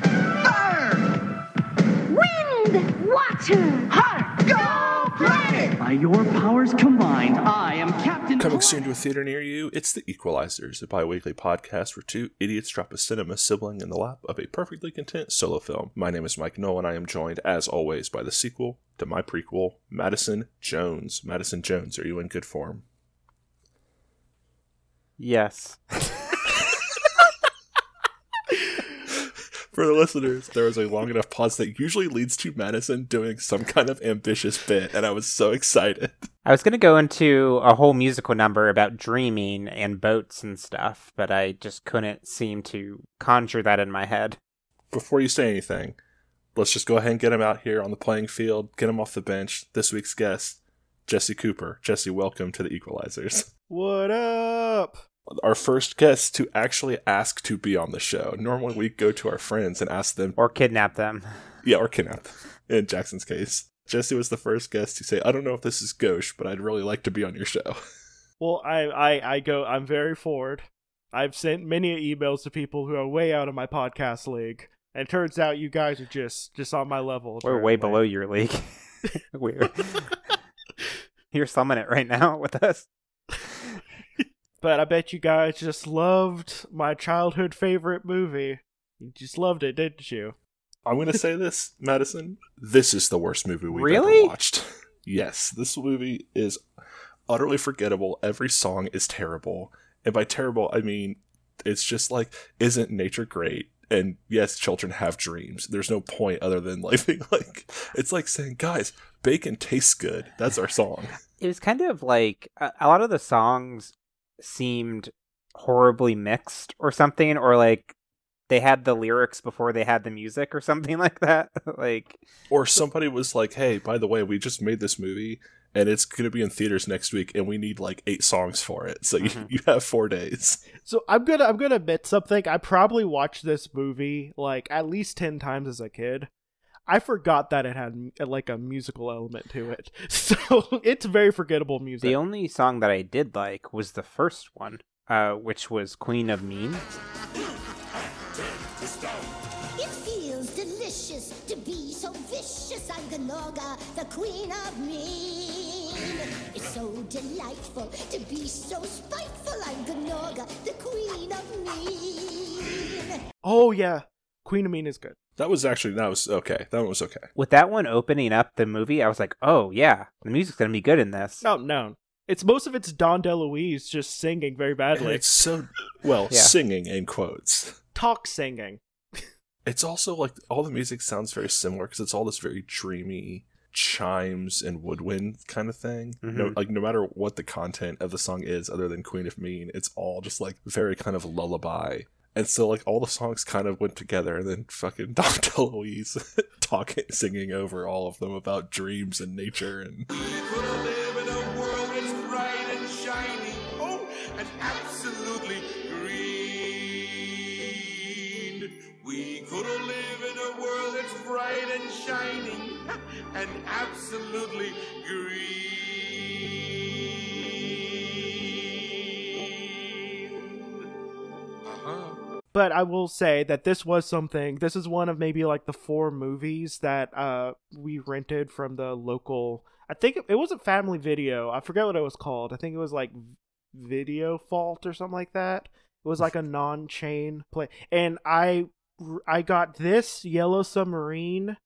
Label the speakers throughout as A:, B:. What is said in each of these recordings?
A: Fire!
B: Wind! Water!
A: Hot! Go planet!
C: By your powers combined, I am Captain.
D: Coming soon to a theater near you, it's The Equalizers, a bi weekly podcast where two idiots drop a cinema sibling in the lap of a perfectly content solo film. My name is Mike Noel, and I am joined, as always, by the sequel to my prequel, Madison Jones. Madison Jones, are you in good form?
E: Yes.
D: For the listeners, there was a long enough pause that usually leads to Madison doing some kind of ambitious bit, and I was so excited.
E: I was going to go into a whole musical number about dreaming and boats and stuff, but I just couldn't seem to conjure that in my head.
D: Before you say anything, let's just go ahead and get him out here on the playing field, get him off the bench. This week's guest, Jesse Cooper. Jesse, welcome to the Equalizers.
F: What up?
D: Our first guest to actually ask to be on the show. Normally, we go to our friends and ask them,
E: Or kidnap them.
D: yeah, or kidnap them, in Jackson's case. Jesse was the first guest to say, I don't know if this is gauche, but I'd really like to be on your show.
F: Well, I, I, I go. I'm very forward. I've sent many emails to people who are way out of my podcast league, and it turns out you guys are just just on my level.
E: We're way
F: apparently.
E: below your league. We're... You're slumming it right now with us.
F: But I bet you guys just loved my childhood favorite movie. You just loved it, didn't you?
D: I'm going to say this, Madison. This is the worst movie we've
E: Really?
D: ever watched. Yes, this movie is utterly forgettable. Every song is terrible. And by terrible, I mean it's just like, isn't nature great? And yes, children have dreams. There's no point other than like being like it's like saying, guys, bacon tastes good. That's our song.
E: It was kind of like a, a lot of the songs seemed horribly mixed or something, or like they had the lyrics before they had the music or something like that. like,
D: Or somebody was like, hey, by the way, we just made this movie and it's gonna be in theaters next week, and we need like eight songs for it. So you,
E: Mhm.
D: you have four days.
F: So I'm gonna I'm gonna admit something. I probably watched this movie like at least ten times as a kid. I forgot that it had like a musical element to it. So it's very forgettable music.
E: The only song that I did like was the first one, uh, which was Queen of Mean.
B: It feels delicious to be so vicious. I'm Ganoga, the queen of mean. It's so delightful to be so spiteful. I'm Ganoga, the queen of mean.
F: oh yeah, Queen of Mean is good.
D: That was actually that was okay. That one was okay.
E: With that one opening up the movie, I was like, oh yeah, the music's gonna be good in this.
F: No, no. It's most of it's Don DeLuise just singing very
D: And
F: badly.
D: it's so well
E: Yeah.
D: singing in quotes.
F: Talk singing.
D: It's also like all the music sounds very similar because it's all this very dreamy chimes and woodwind kind of thing. No,
E: Mhm.
D: like no matter what the content of the song is, other than Queen of Mean, it's all just like very kind of lullaby. And so like all the songs kind of went together, and then fucking Don DeLuise talking, singing over all of them about dreams and nature and
G: Could I live in a world that's bright and shiny? Oh, and absolutely green. We could all live in a world that's bright and shining and absolutely green. Uh-huh.
F: But I will say that this was something. This is one of maybe like the four movies that uh we rented from the local. I think it, it wasn't Family Video. I forget what it was called. I think it was like Video Fault or something like that. It was like a non-chain play, and I I got this Yellow Submarine,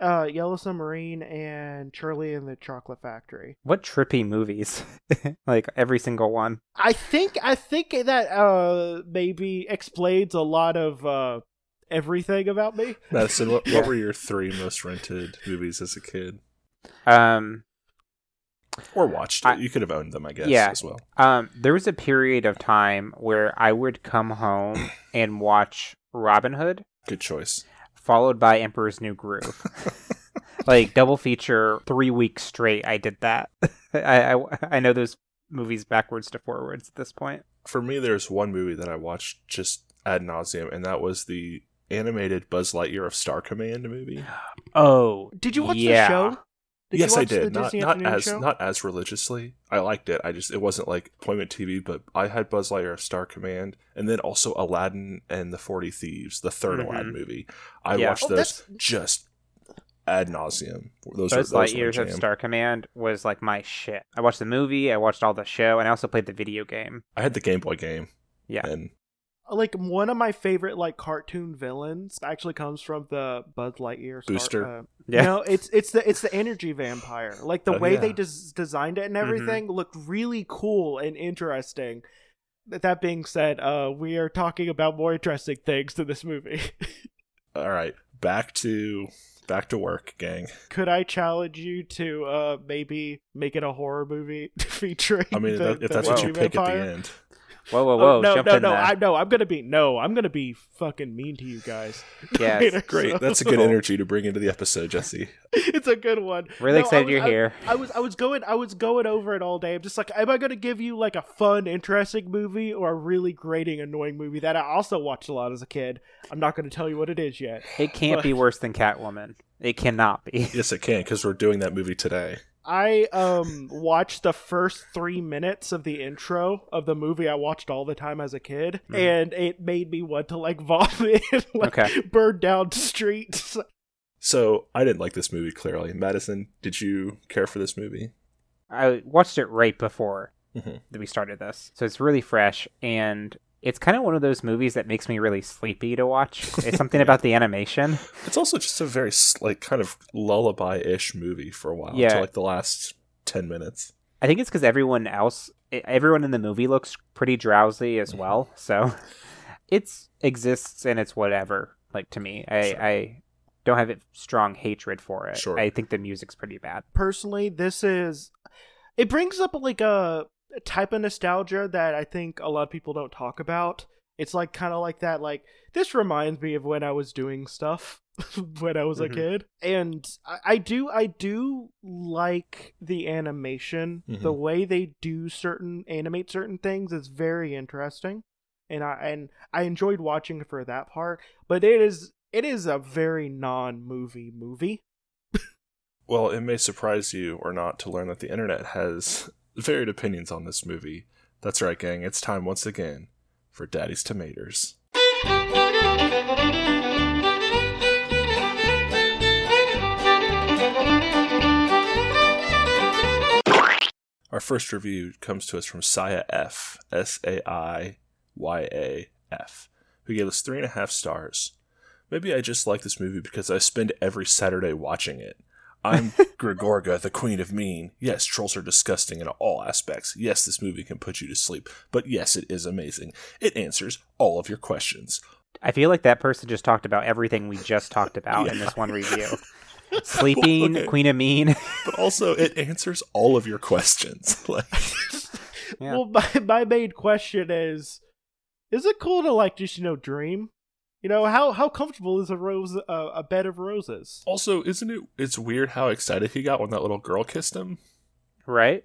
F: uh, Yellow Submarine, and Charlie and the Chocolate Factory.
E: What trippy movies? like every single one.
F: I think I think that uh maybe explains a lot of uh everything about me.
D: Madison. What,
E: Yeah.
D: what were your three most rented movies as a kid?
E: Um,
D: or watched it.
E: I-
D: you could have owned them, I guess,
E: Yeah.
D: as well.
E: um, there was a period of time where I would come home and watch Robin Hood,
D: Good choice.
E: followed by Emperor's New Groove. like double feature, three weeks straight. I did that. I, I I know those movies backwards to forwards at this point.
D: For me, there's one movie that I watched just ad nauseum, and that was the animated Buzz Lightyear of Star Command movie.
E: Oh,
F: Did you watch the
E: yeah.
F: show? Did
D: yes,
F: you
D: I
F: watch The
D: did. Not
F: Disney
D: not
F: Afternoon
D: as
F: show?
D: not as religiously. I liked it. I just it wasn't like appointment TV, but I had Buzz Lightyear of Star Command, and then also Aladdin and the Forty Thieves, the 3rd
E: Mhm.
D: Aladdin movie. I
E: Yeah.
D: watched
F: Oh,
D: those
F: that's-
D: just ad nauseum. Those
E: Buzz
D: were, those were
E: Lightyear's
D: my
E: of
D: jam.
E: Star Command was like my shit. I watched the movie, I watched all the show, and I also played the video game.
D: I had the Game Boy game.
E: Yeah.
D: and
F: Like one of my favorite like cartoon villains actually comes from the Buzz Lightyear Star-
D: Booster.
F: uh,
E: Yeah.
F: No, it's it's the it's the energy vampire. Like the
D: Oh,
F: way
D: yeah.
F: they des- designed it and everything looked really cool and interesting. Th- That being said, uh, we are talking about more interesting things to this movie.
D: all right, back to back to work, gang.
F: Could I challenge you to uh, maybe make it a horror movie featuring?
D: I mean,
F: the,
D: that,
F: the
D: if that's what you
F: energy
D: pick
F: vampire?
D: at the end.
E: Whoa, whoa,
F: Oh,
E: whoa!
F: no,
E: jump
F: no,
E: in
F: no!
E: there.
F: I no, I'm gonna be no, I'm gonna be fucking mean to you guys.
E: Yes.
F: later, so-
D: Great, that's a good energy to bring into the episode, Jesse.
F: it's a good one.
E: Really
F: No, I
E: excited
F: was-
E: you're
F: I-
E: here.
F: I was I was going I was going over it all day. I'm just like, am I gonna give you like a fun, interesting movie or a really grating, annoying movie that I also watched a lot as a kid? I'm not gonna tell you what it is yet.
E: It can't be worse than Catwoman. It cannot be.
D: Yes, it can because we're doing that movie today.
F: I um watched the first three minutes of the intro of the movie I watched all the time as a kid,
E: Mm-hmm.
F: and it made me want to like vomit, and, like
E: Okay.
F: burn down streets.
D: So I didn't like this movie. Clearly, Madison, did you care for this movie?
E: I watched it right before
D: Mhm.
E: that we started this, so it's really fresh, and it's kind of one of those movies that makes me really sleepy to watch. It's something about the animation.
D: It's also just a very s- like kind of lullaby-ish movie for a while.
E: Yeah.
D: to like the last ten minutes.
E: I think it's because everyone else, e- everyone in the movie looks pretty drowsy as well. So it's exists and it's whatever. Like to me, I,
D: Sure.
E: I don't have a strong hatred for it.
D: Sure.
E: I think the music's pretty bad.
F: personally this is it brings up like a type of nostalgia that i think a lot of people don't talk about it's like kind of like that like this reminds me of when i was doing stuff when i was
E: Mhm.
F: a kid and I, I do i do like the animation the
D: Mhm.
F: way they do certain animate certain things is very interesting and i and i enjoyed watching it for that part but it is it is a very non-movie movie
D: Well, it may surprise you or not to learn that the internet has varied opinions on this movie. That's right, gang. It's time once again for Daddy's Tomatoes. Our first review comes to us from Saya F, S A I Y A F, who gave us three and a half stars. Maybe I just like this movie because I spend every Saturday watching it. I'm Gregorga, the queen of mean. Yes, trolls are disgusting in all aspects. Yes, this movie can put you to sleep, but yes, it is amazing. It answers all of your questions.
E: I feel like that person just talked about everything we just talked about in this one review. Sleeping,
D: Okay.
E: Queen of Mean.
D: But also, it answers all of your questions. Like,
E: Yeah.
F: Well, my, my main question is, is it cool to like just you know dream? You know how how comfortable is a rose uh, a bed of roses?
D: also, isn't it? It's weird how excited he got when that little girl kissed him.
E: right?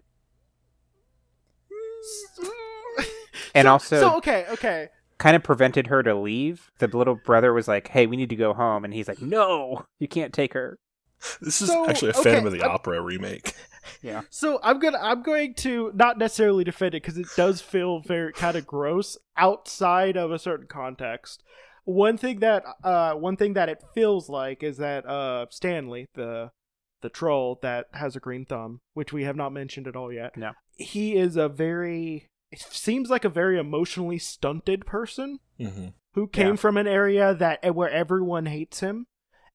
E: And
F: So-
E: also-
F: so okay, okay.
E: Kind of prevented her to leave. The little brother was like, hey, we need to go home. And he's like, no, you can't take her.
D: This is
F: So,
D: actually a
F: okay, uh,
D: Phantom of the
F: I'm-
D: Opera remake.
F: So I'm gonna I'm going to not necessarily defend it because it does feel very kind of gross outside of a certain context. One thing that uh one thing that it feels like is that uh Stanley the the troll that has a green thumb, which we have not mentioned at all yet.
E: No.
F: he is a very it seems like a very emotionally stunted person
D: Mm-hmm.
F: who came
E: Yeah.
F: from an area that eh, where everyone hates him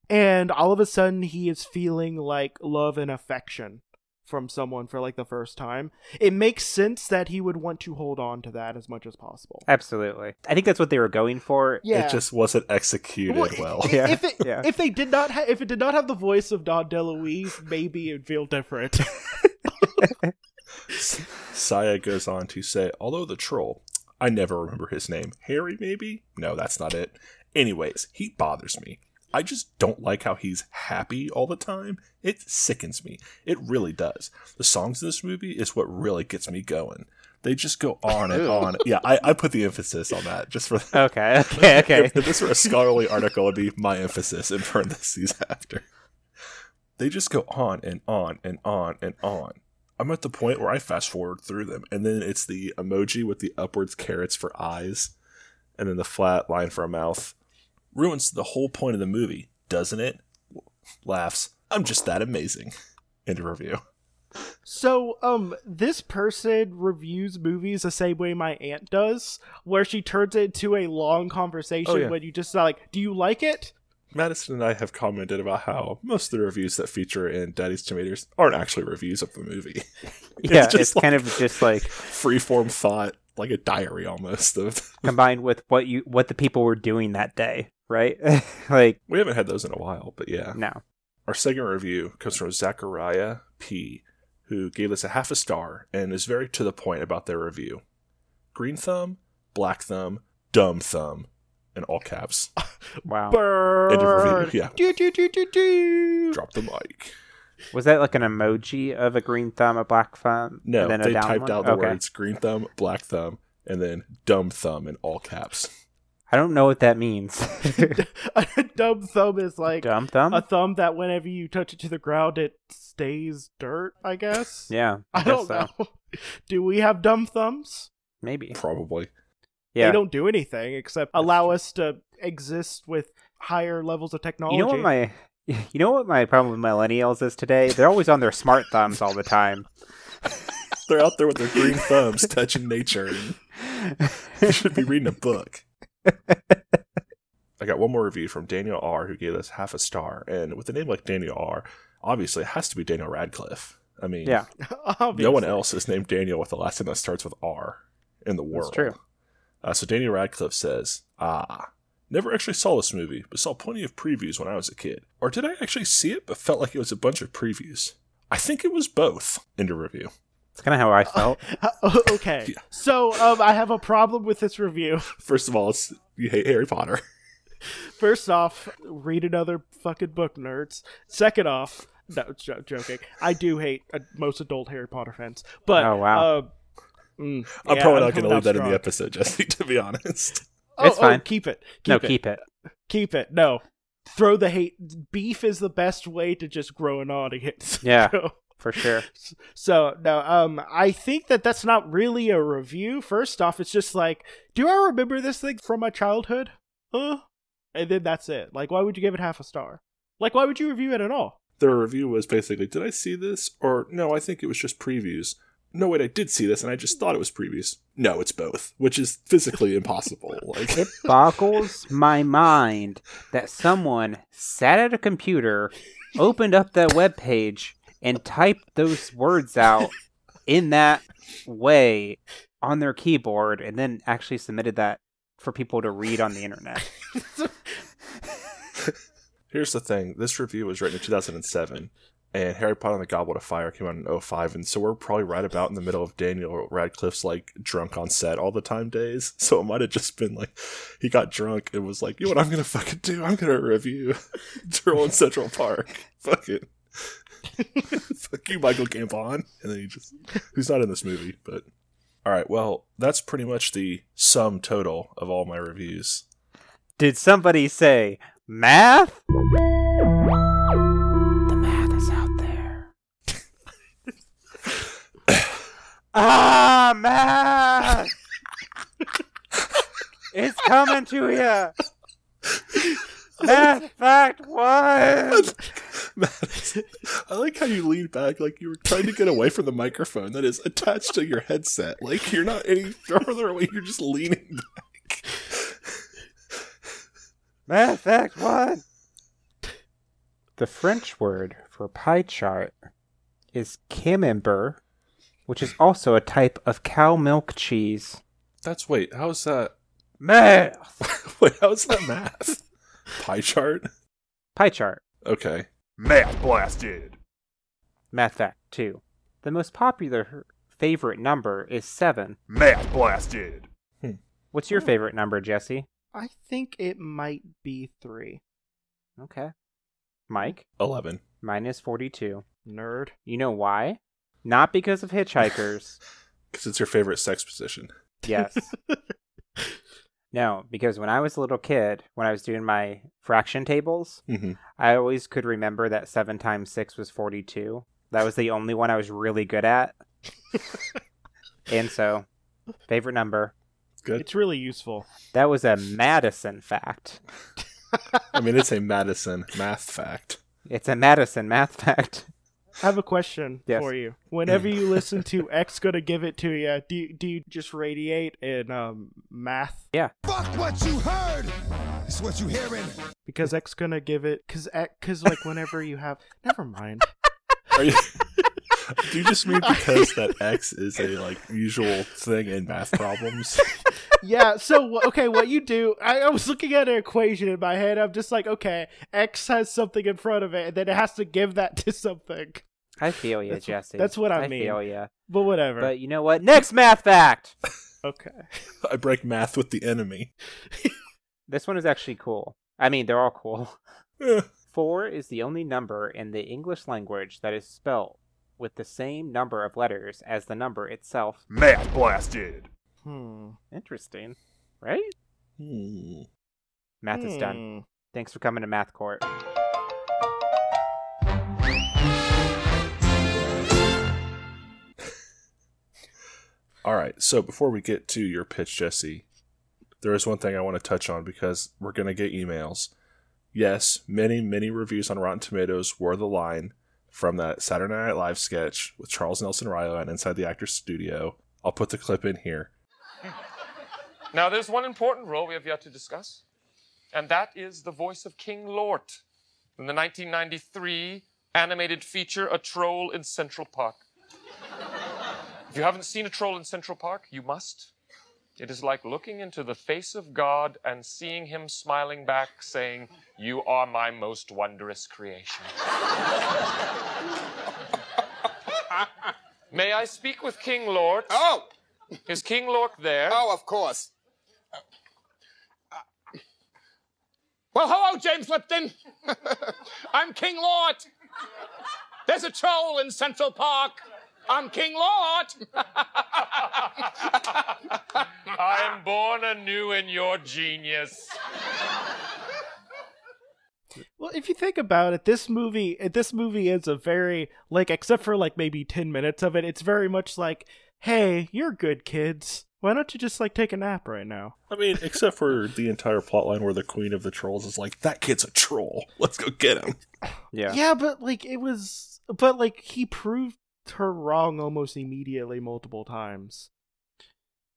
F: and all of a sudden he is feeling like love and affection from someone for like the first time it makes sense that he would want to hold on to that as much as possible
E: Absolutely. I think that's what they were going for.
F: yeah
D: It just wasn't executed well.
F: i- i-
E: Yeah,
F: if it
E: yeah.
F: if they did not ha- if it did not have the voice of Don DeLuise, maybe it'd feel different.
D: Saya goes on to say, although the troll, I never remember his name. Harry, maybe? No, that's not it. Anyways, he bothers me. I just don't like how he's happy all the time. It sickens me. It really does. The songs in this movie is what really gets me going. They just go on and on. Yeah, I, I put the emphasis on that just for
E: Okay, okay, okay.
D: If, if this were a scholarly article, it'd be my emphasis in parentheses after. They just go on and on and on and on. I'm at the point where I fast forward through them, and then it's the emoji with the upwards carrots for eyes, and then the flat line for a mouth. Ruins the whole point of the movie, doesn't it? Laughs. I'm just that amazing. End of review.
F: So, um, this person reviews movies the same way my aunt does, where she turns it into a long conversation
D: Oh, yeah.
F: when you just are like, "Do you like it?"
D: Madison and I have commented about how most of the reviews that feature in Daddy's Tomatoes aren't actually reviews of the movie.
E: Yeah,
D: just
E: it's,
D: like-
E: kind of just like
D: Freeform thought, like a diary almost. Of,
E: combined with what you what the people were doing that day, right? like
D: we haven't had those in a while, but yeah.
E: no.
D: Our second review comes from Zachariah P., who gave us a half a star and is very to the point about their review. Green thumb, black thumb, dumb thumb, in all caps.
E: Wow.
F: Burn.
D: End of review. Yeah,
F: Do, do, do, do, do.
D: drop the mic.
E: Was that like an emoji of a green thumb, a black thumb?
D: No,
E: and then a
D: they
E: down
D: typed
E: one?
D: out the
E: Okay.
D: words green thumb, black thumb, and then dumb thumb in all caps.
E: I don't know what that means.
F: a dumb thumb is like
E: Dumb thumb?
F: a thumb that whenever you touch it to the ground, it stays dirt. I guess.
E: yeah.
F: I
E: guess
F: don't
E: so.
F: know. Do we have dumb thumbs?
E: Maybe.
D: Probably.
E: Yeah.
F: They don't do anything except allow us to exist with higher levels of technology.
E: You know what my you know what my problem with millennials is today? They're always on their smart thumbs all the time.
D: They're out there with their green thumbs touching nature. And they should be reading a book. I got one more review from Daniel R., who gave us half a star. And with a name like Daniel R., obviously it has to be Daniel Radcliffe. I mean,
E: Yeah.
F: Obviously.
D: no one else is named Daniel with the last name that starts with R in the world.
E: true.
D: Uh, so Daniel Radcliffe says, Ah, never actually saw this movie, but saw plenty of previews when I was a kid. Or did I actually see it, but felt like it was a bunch of previews? I think it was both. End of review.
E: It's kind of how I felt.
F: Uh, okay. So um, I have a problem with this review.
D: First of all, it's, you hate Harry Potter.
F: First off, read another fucking book, nerds. Second off, no, jo- joking. I do hate uh, most adult Harry Potter fans, but
E: Oh, wow.
F: uh, mm,
D: I'm
F: yeah,
D: probably not going to
F: coming
D: leave
F: out
D: that in
F: strong.
D: the episode, Jesse, to be honest.
F: Oh,
E: It's
F: oh,
E: fine.
F: keep it. Keep
E: no,
F: it.
E: keep it.
F: keep it. No, throw the hate. Beef is the best way to just grow an audience.
E: Yeah.
F: So-
E: For sure.
F: So no, um, I think that that's not really a review. First off, it's just like, do I remember this thing from my childhood? Huh? And then that's it. Like, why would you give it half a star? Like, why would you review it at all?
D: Their review was basically, did I see this? Or no, I think it was just previews. No, wait, I did see this, and I just thought it was previews. No, it's both, which is physically impossible. Like,
E: It boggles my mind that someone sat at a computer, opened up that web page, and typed those words out in that way on their keyboard, and then actually submitted that for people to read on the internet.
D: here's the thing: this review was written in 2007, and Harry Potter and the Goblet of Fire came out in 05, and so we're probably right about in the middle of Daniel Radcliffe's like drunk on set all the time days. So it might have just been like he got drunk and was like, "You know what I'm gonna fucking do? I'm gonna review Turtle in Central Park. Fuck it." Fuck you, Michael Gambon. And then he just, who's not in this movie, but. All right, well, that's pretty much the sum total of all my reviews.
E: Did somebody say math? The math is out there. ah, math! it's coming to you. Math fact one.
D: Matt, I like how you lean back like you were trying to get away from the microphone that is attached to your headset. Like you're not any further away, you're just leaning back.
E: Math fact one. The French word for pie chart is camembert, which is also a type of cow milk cheese.
D: That's wait, how's that
E: Math.
D: wait, how's that math? Pie chart?
E: Pie chart.
D: Okay.
H: Math blasted.
E: Math fact two. The most popular favorite number is seven.
H: Math blasted.
E: What's your favorite number, Jesse?
F: I think it might be three.
E: Okay. Mike,
D: Eleven.
E: mine is forty-two.
F: Nerd.
E: You know why? Not because of hitchhikers.
D: Because it's your favorite sex position.
E: yes. No, because when I was a little kid, when I was doing my fraction tables,
D: Mhm.
E: I always could remember that 7 times 6 was 42. That was the only one I was really good at. and so, favorite number.
D: Good.
F: It's really useful.
E: That was a Madison fact.
D: I mean, it's a Madison math fact.
E: It's a Madison math fact.
F: I have a question
E: Yes. Mm.
F: for you. Whenever you listen to X gonna give it to you, do you, do you just radiate in um, math?
A: Fuck what you heard. It's what you hearing.
F: Because X gonna give it because because like whenever you have never mind.
D: Are you, do you just mean because that X is a like usual thing in math problems?
F: Yeah. So wh- okay, what you do? I, I was looking at an equation in my head. I'm just like, okay, X has something in front of it, and then it has to give that to something.
E: I feel you,
F: That's-
E: Jesse.
F: that's what I mean.
E: feel you.
F: But whatever.
E: But you know what? Next math fact!
F: okay.
D: I break math with the enemy.
E: This one is actually cool. I mean, they're all cool.
D: Eh,
E: Four is the only number in the English language that is spelled with the same number of letters as the number itself.
H: Math blasted.
F: Hmm.
E: Interesting, right?
D: hmm.
E: Math is done.
F: Hmm.
E: Thanks for coming to Math Court.
D: All right. So before we get to your pitch, Jesse, there is one thing I want to touch on because we're going to get emails. Yes, many, many reviews on Rotten Tomatoes were the line from that Saturday Night Live sketch with Charles Nelson Riley and Inside the Actors Studio. I'll put the clip in here.
I: Now, there's one important role we have yet to discuss, and that is the voice of King Lort in the 1993 animated feature A Troll in Central Park. if you haven't seen A Troll in Central Park, you must. It is like looking into the face of God and seeing Him smiling back, saying, You are my most wondrous creation. May I speak with King Lort?
J: Oh,
I: Is King Lort there?
J: oh, of course. Well, hello, James Lipton. I'm King Lord. There's a troll in Central Park. I'm King Lord.
I: I'm born anew in your genius.
F: Well, if you think about it, this movie eh, this movie is a very like except for like maybe 10 minutes of it, it's very much like, "Hey, you're good kids. Why don't you just like take a nap right now?"
D: I mean, except for the entire plot line where the Queen of the Trolls is like, that kid's a troll. Let's go get him.
E: Yeah.
F: Yeah, but like it was but like he proved her wrong almost immediately multiple times.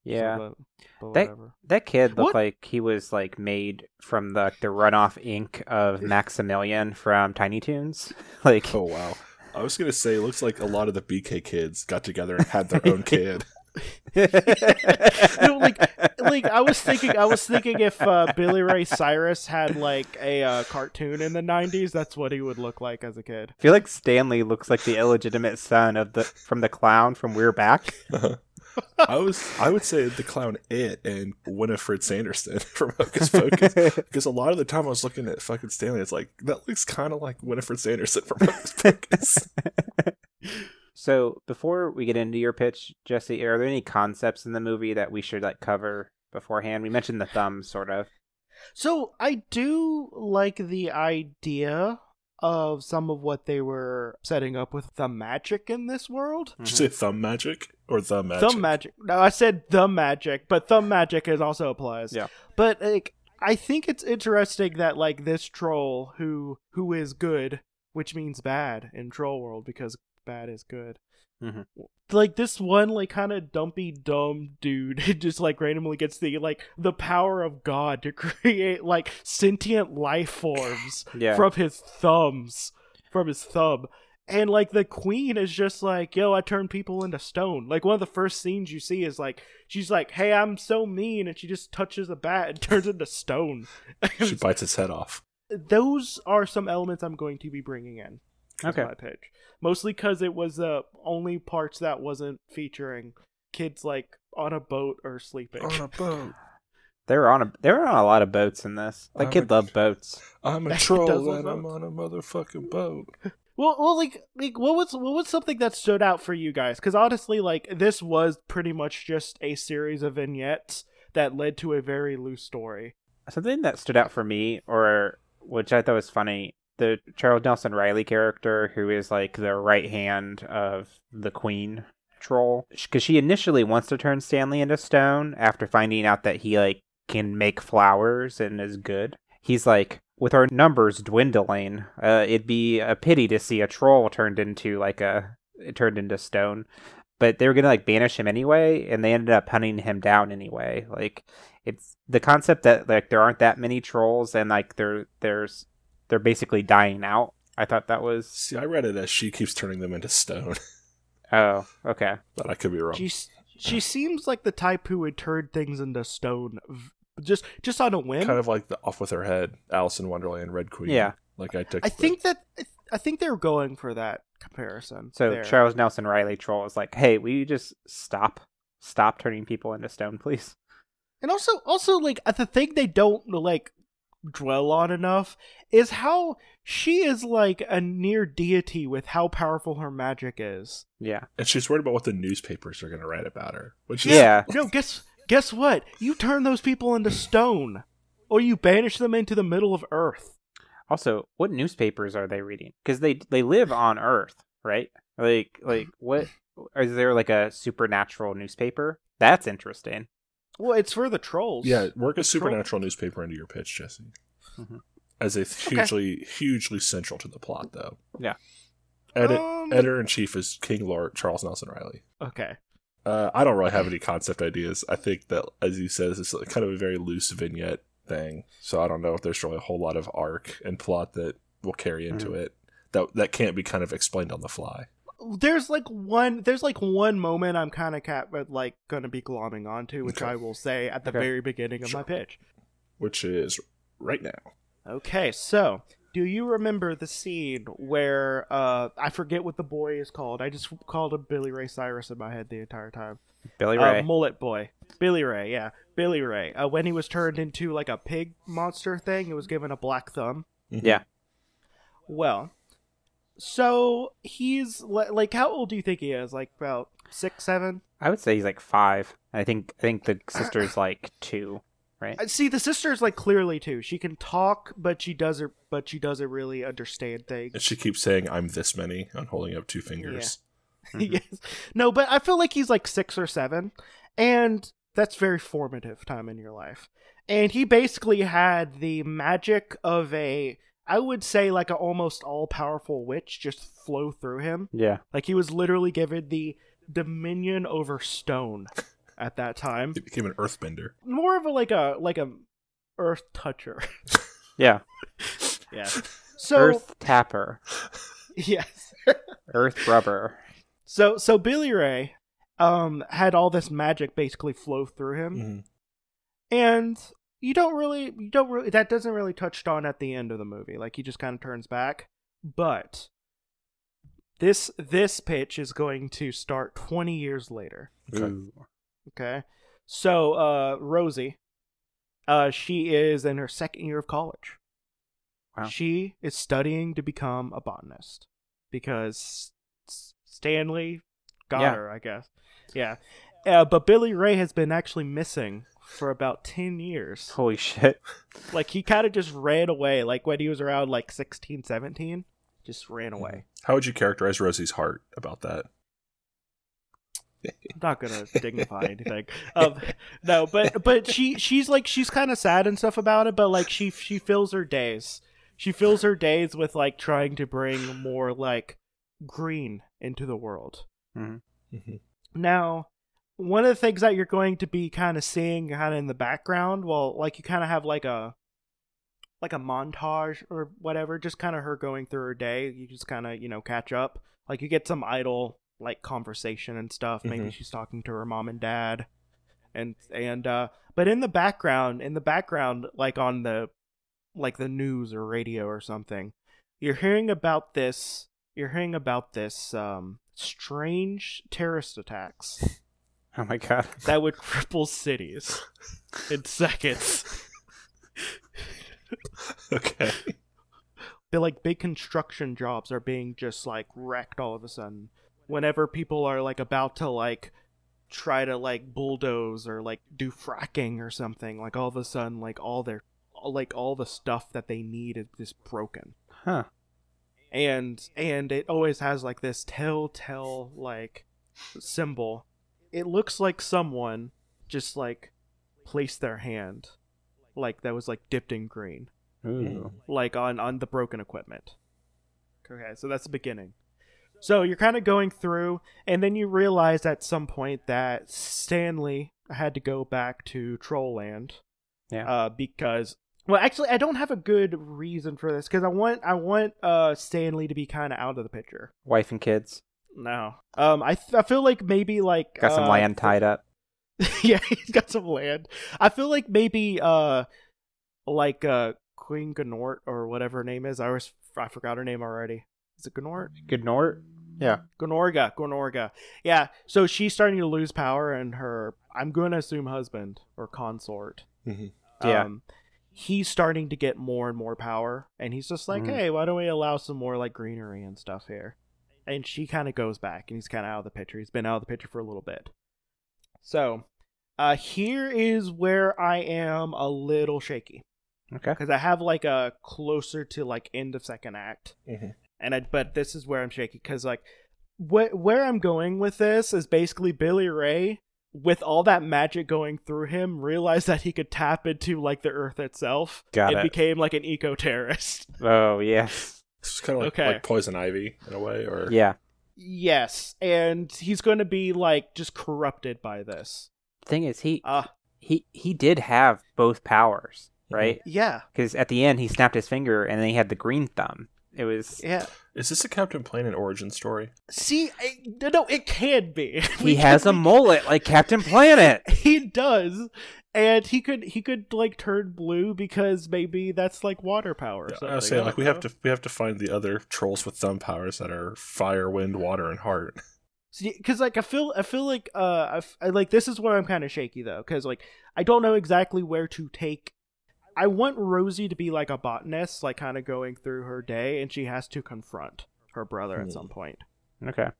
F: So,
E: Yeah.
F: but- but
E: That-
F: whatever.
E: That kid looked
F: What-
E: like he was like made from the the runoff ink of Maximilian from Tiny Toons. Like
D: Oh, wow. I was going to say, it looks like a lot of the BK kids got together and had their own kid.
F: no, like, like I was thinking, I was thinking if uh, Billy Ray Cyrus had like a uh, cartoon in the '90s, that's what he would look like as a kid.
E: I feel like Stanley looks like the illegitimate son of the from the clown from We're Back.
D: I was I would say the clown it and Winifred Sanderson from Hocus Pocus because a lot of the time I was looking at fucking Stanley. It's like that looks kind of like Winifred Sanderson from Hocus Pocus.
E: Mm-hmm. So before we get into your pitch, Jesse, are there any concepts in the movie that we should like cover beforehand? We mentioned the thumb, sort of.
F: So I do like the idea of some of what they were setting up with the magic in this world.
D: Did you say thumb magic or thumb magic?
F: Thumb magic. No, I said the magic, but thumb magic is also applies.
E: Yeah.
F: But like, I think it's interesting that like this troll who who is good, which means bad in troll world because bad is good.
E: Mhm.
F: Like this one, like kind of dumpy, dumb dude, just like randomly gets the like the power of God to create like sentient life forms
E: Mm-hmm. Yeah.
F: from his thumbs, from his thumb. And like the queen is just like, yo, I turn people into stone. Like one of the first scenes you see is like she's like, hey, I'm so mean, and she just touches a bat and turns into stone.
D: She bites its head off.
F: Those are some elements I'm going to be bringing in. to
E: Okay.
F: My pitch, mostly because it was the only parts that wasn't featuring kids like on a boat or sleeping.
D: On a boat,
E: They're on a they're on a lot of boats in this. That
D: I'm
E: kid
D: a-
E: loved boats.
D: I'm a
F: It does
D: troll
F: look
D: and I'm on
F: boat.
D: a motherfucking boat.
F: Well, well, like, like, what was what was something that stood out for you guys? Because honestly, like, this was pretty much just a series of vignettes that led to a very loose story.
E: Something that stood out for me, or which I thought was funny, the Charles Nelson Riley character, who is like the right hand of the Queen troll, because she initially wants to turn Stanley into stone after finding out that he like can make flowers and is good. He's like, with our numbers dwindling, uh, it'd be a pity to see a troll turned into like a turned into stone. But they were gonna like banish him anyway, and they ended up hunting him down anyway. Like it's the concept that like there aren't that many trolls and like there there's they're basically dying out. I thought that was
D: See, I read it as she keeps turning them into stone,
E: oh okay.
D: but I could be wrong.
F: She s- she seems like the type who would turn things into stone, v- just just on a whim.
D: Kind of like the off with her head, Alice in Wonderland, Red Queen.
E: Yeah.
D: like I took.
F: I think that I think they're going for that comparison.
E: So
F: there.
E: Charles Nelson Riley troll is like, hey, will you just stop stop turning people into stone, please?
F: And also, also like uh, the thing they don't like dwell on enough is how she is like a near deity with how powerful her magic is.
E: Yeah.
D: and she's worried about what the newspapers are going to write about her. Which is,
E: Yeah.
F: No, guess guess what? You turn those people into stone, or you banish them into the middle of Earth.
E: Also, what newspapers are they reading? Because they they live on Earth, right? Like like what is there like a supernatural newspaper? That's interesting.
F: Well, it's for the trolls.
D: yeah. Work a supernatural newspaper into your pitch, Jesse.
E: Mhm.
D: As a hugely, hugely central to the plot, though.
E: Yeah.
D: Edit,
F: Um,
D: editor in chief is King Lord Charles Nelson Riley.
F: Okay.
D: Uh, I don't really have any concept ideas. I think that, as you said, it's like kind of a very loose vignette thing. So I don't know if there's really a whole lot of arc and plot that will carry into it that that can't be kind of explained on the fly.
F: There's like one. There's like one moment I'm kind of cat, but like gonna be glomming onto, which
D: Okay.
F: I will say at the
E: Okay.
F: very beginning of my
D: Sure.
F: pitch.
D: Which is right now.
F: Okay, so do you remember the scene where uh, I forget what the boy is called? I just called him Billy Ray Cyrus in my head the entire time.
E: Billy
F: Uh,
E: Ray.
F: mullet boy, Billy Ray. Yeah, Billy Ray. Uh, when he was turned into like a pig monster thing, it was given a black thumb.
E: yeah.
F: Well, so he's li- like, how old do you think he is? Like about six, seven.
E: I would say he's like five. I think I think the sister's like two, right?
F: Uh, See, the sister's like clearly too. She can talk, but she doesn't. But she doesn't really understand things.
D: And she keeps saying, I'm this many. I'm holding up two fingers.
F: yes. No, but I feel like he's like six or seven, and that's very formative time in your life. And he basically had the magic of a, I would say, like a almost all powerful witch just flow through him.
E: Yeah.
F: Like he was literally given the dominion over stone at that time.
D: He became an earthbender.
F: More of a like a like a earth toucher.
E: Yeah.
F: yeah. So
E: Earth tapper.
F: yes.
E: Earth rubber.
F: So so Billy Ray um had all this magic basically flow through him.
D: Mhm.
F: and you don't really you don't really that doesn't really touched on at the end of the movie like he just kind of turns back but this this pitch is going to start 20 years later
D: Okay.
E: Ooh.
F: okay so uh rosie uh she is in her second year of college
E: Wow.
F: she is studying to become a botanist because S- stanley got
E: Yeah.
F: her i guess yeah uh, but billy ray has been actually missing for about 10 years
E: Holy shit.
F: like he kind of just ran away like when he was around like 16 17 just ran away
D: How would you characterize Rosie's heart about that?
F: i'm not gonna dignify anything um no but but she she's like she's kind of sad and stuff about it but like she she fills her days she fills her days with like trying to bring more like green into the world
E: Mhm.
F: Mm-hmm.
D: Mhm.
F: now one of the things that you're going to be kind of seeing kind of in the background well like you kind of have like a like a montage or whatever, just kind of her going through her day. You just kind of, you know, catch up. Like you get some idle like conversation and stuff. Maybe
D: Mhm.
F: she's talking to her mom and dad. And and uh but in the background, in the background like on the like the news or radio or something, you're hearing about this you're hearing about this um strange terrorist attacks
E: Oh my god.
F: that would cripple cities in seconds.
D: Okay.
F: but like big construction jobs are being just like wrecked all of a sudden whenever people are like about to like try to like bulldoze or like do fracking or something, like all of a sudden, like all their like all the stuff that they need is just broken.
E: Huh.
F: And and it always has like this telltale like symbol. It looks like someone just like placed their hand like that was like dipped in green
E: Ooh.
F: like on on the broken equipment. Okay, so that's the beginning. So you're kind of going through, and then you realize at some point that Stanley had to go back to Troll Land
E: Yeah.
F: uh, because well, actually, I don't have a good reason for this because I want I want uh, Stanley to be kind of out of the picture.
E: Wife and kids.
F: No, um, I th- I feel like maybe like
E: Got some
F: uh,
E: land tied up.
F: yeah, he's got some land. I feel like maybe uh like uh Queen Gnort or whatever her name is. I always I forgot her name already. Is it Gnort?
E: Good Nort.
F: Gnorga, Gnorga. Yeah, so she's starting to lose power and her I'm going to assume husband or consort.
D: Mhm.
E: Yeah.
F: Um, he's starting to get more and more power and he's just like,
E: Mhm.
F: "Hey, why don't we allow some more like greenery and stuff here?" And she kind of goes back and he's kind of out of the picture. He's been out of the picture for a little bit. So, uh here is where I am a little shaky
E: Okay.
F: because I have like a closer to like end of second act,
E: Mm-hmm.
D: Mhm.
F: and I but this is where I'm shaky because like wh- where I'm going with this is basically Billy Ray with all that magic going through him realized that he could tap into like the earth itself
E: Got
F: and
E: it.
F: became like an eco terrorist.
E: Oh yes.
D: It's kind of like,
F: Okay.
D: like poison ivy in a way, or
E: Yeah.
F: yes, and he's going to be like just corrupted by this.
E: Thing is, he
F: Uh
E: he he did have both powers,
F: Mhm.
E: right?
F: yeah,
E: Because at the end he snapped his finger and then he had the green thumb. It was
F: yeah.
D: is this a Captain Planet origin story?
F: See, I, no, no, it can be.
E: he has a mullet like Captain Planet.
F: he does and he could he could like turn blue because maybe that's like water power or something.
D: I was saying, like
F: don't
D: we have
F: know.
D: to we have to find the other trolls with thumb powers that are fire, wind, water, and heart.
F: see because like i feel i feel like uh I f- I, like this is where i'm kind of shaky though because like i don't know exactly where to take i want rosie to be like a botanist like kind of going through her day and she has to confront her brother
D: Hmm.
F: at
E: Mm.
F: some point
E: Okay.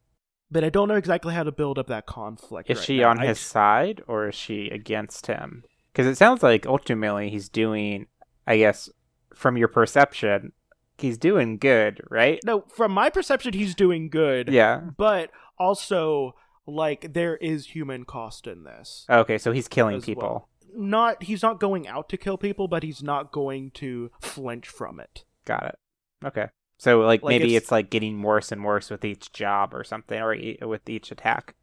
F: but i don't know exactly how to build up that conflict
E: Is
F: right
E: she
F: now.
E: on
F: I-
E: his side or is she against him? Because it sounds like ultimately he's doing, I guess, from your perception, he's doing good, right?
F: no from my perception he's doing good
E: Yeah.
F: but also like there is human cost in this
E: Okay, so he's killing
F: as
E: people.
F: well. Not he's not going out to kill people, but he's not going to flinch from it.
E: Got it. Okay. So like,
F: Like,
E: maybe
F: it's-
E: it's... like getting worse and worse with each job or something, or e- with each attack.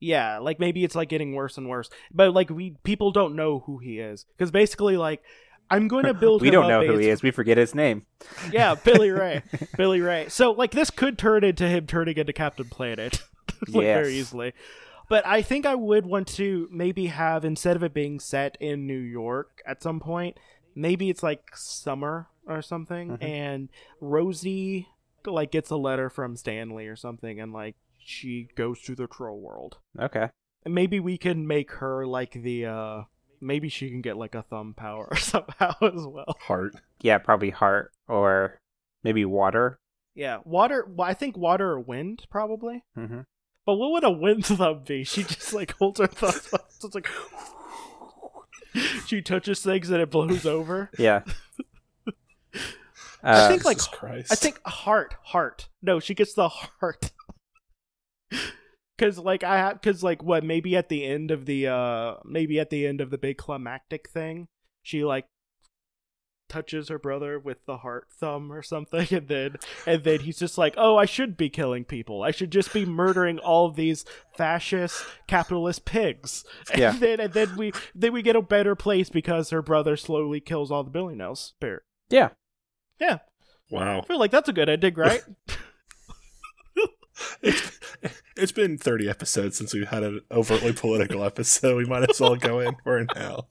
F: Yeah, like maybe it's like getting worse and worse, but like we people don't know who he is because basically like I'm going to build.
E: We
F: him
E: don't
F: up
E: know who he
F: based-
E: is. We forget his name.
F: Yeah, Billy Ray, Billy Ray. So like this could turn into him turning into Captain Planet, like
E: Yes.
F: very easily. But I think I would want to maybe have instead of it being set in New York at some point, maybe it's like summer or something,
E: Mhm.
F: and Rosie like gets a letter from Stanley or something, and like she goes to the troll world.
E: Okay.
F: And maybe we can make her like the uh maybe she can get like a thumb power somehow as well.
D: Heart.
E: Yeah, probably heart or maybe water.
F: Yeah, water. Well, I think water or wind probably.
E: hmm
F: But what would a wind thumb be? She just like holds her thumb up. So it's like she touches things and it blows over.
E: Yeah.
F: I
E: Uh,
F: think like
D: Jesus Christ.
F: I think heart, heart. No, she gets the heart. Cause like I have, cause like what? Maybe at the end of the uh, maybe at the end of the big climactic thing, she like touches her brother with the heart thumb or something, and then and then he's just like, oh, I should be killing people. I should just be murdering all these fascist capitalist pigs. And
E: Yeah.
F: then and then we then we get a better place because her brother slowly kills all the billionaires. Bear.
E: yeah.
F: Yeah,
D: wow.
F: I feel like that's a good ending, right?
D: It's, it's been 30 episodes since we've had an overtly political episode. We might as well go in for an hell.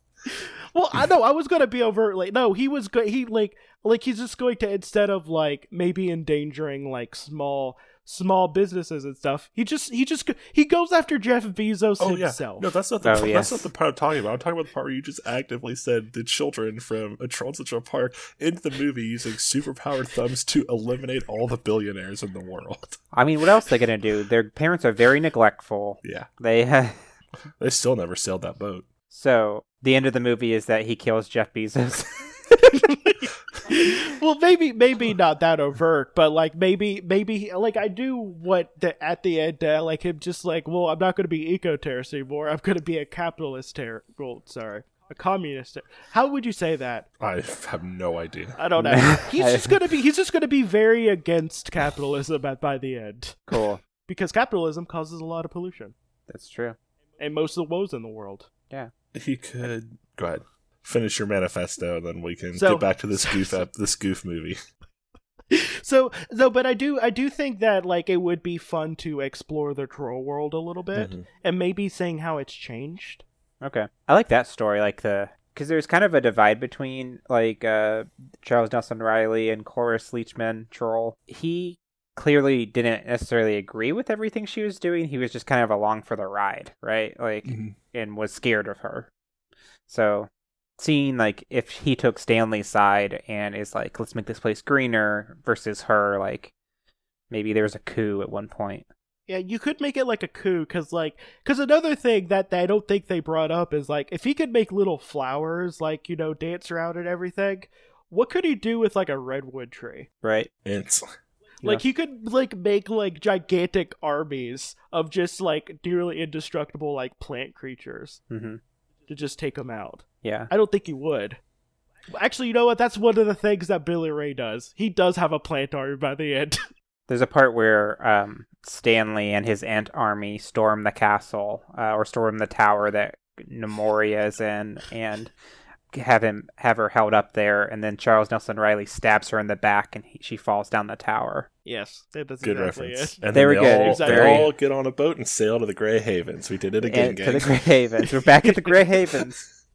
F: Well, I know I was gonna be overtly. No, he was good. He like like he's just going to instead of like maybe endangering like small small businesses and stuff. He just he just go- he goes after Jeff Bezos
D: Oh, yeah.
F: himself.
D: No, that's not, the,
E: Oh,
D: that's
E: yes.
D: not the part I'm talking about. I'm talking about the part where you just actively said the children from A Troll in Central Park into the movie using superpowered thumbs to eliminate all the billionaires in the world.
E: I mean, what else are they gonna do? Their parents are very neglectful.
D: Yeah.
E: They
D: They still never sailed that boat.
E: So the end of the movie is that he kills Jeff Bezos.
F: well, maybe maybe not that overt, but like maybe maybe like I do what the, at the end uh, like him just like well I'm not going to be eco terrorist anymore. I'm going to be a capitalist terror. Well, sorry, a communist. Ter- How would you say that?
D: I have no idea.
F: I don't know. he's just going to be he's just going to be very against capitalism at, by the end
E: cool.
F: because capitalism causes a lot of pollution
E: That's true.
F: and most of the woes in the world.
E: Yeah.
D: He could go ahead. Finish your manifesto, and then we can
F: So-
D: get back to this goof up, this goof movie.
F: so though but i do i do think that like it would be fun to explore the troll world a little bit and maybe seeing how it's changed
E: Okay. I like that story, like the because there's kind of a divide between like uh Charles Nelson Riley and Cloris Leachman Troll. He clearly didn't necessarily agree with everything she was doing. He was just kind of along for the ride, right? Like
D: Mhm.
E: and was scared of her. So seeing like if he took Stanley's side and is like, let's make this place greener versus her, like maybe there was a coup at one point.
F: yeah you could make it like a coup because like because another thing that i don't think they brought up is like if he could make little flowers like you know dance around and everything what could he do with like a redwood tree
E: Right.
D: It's
F: like he could like make like gigantic armies of just like nearly indestructible like plant creatures
E: hmm
F: to just take them out
E: Yeah.
F: I don't think he would. Actually, you know what? That's one of the things that Billy Ray does. He does have a plant army by the end.
E: There's a part where um, Stanley and his ant army storm the castle uh, or storm the tower that Nemoria is in, and have him have her held up there, and then Charles Nelson Riley stabs her in the back, and he, she falls down the tower.
F: yes, that- that's
D: good
F: exactly
D: reference.
F: it.
D: And
E: They
D: then
E: were good.
D: All,
F: Exactly.
D: They all get on a boat and sail to the Grey Havens. We did it again,
E: And Eh, to the
D: gang.
E: Grey Havens. We're back at the Grey Havens.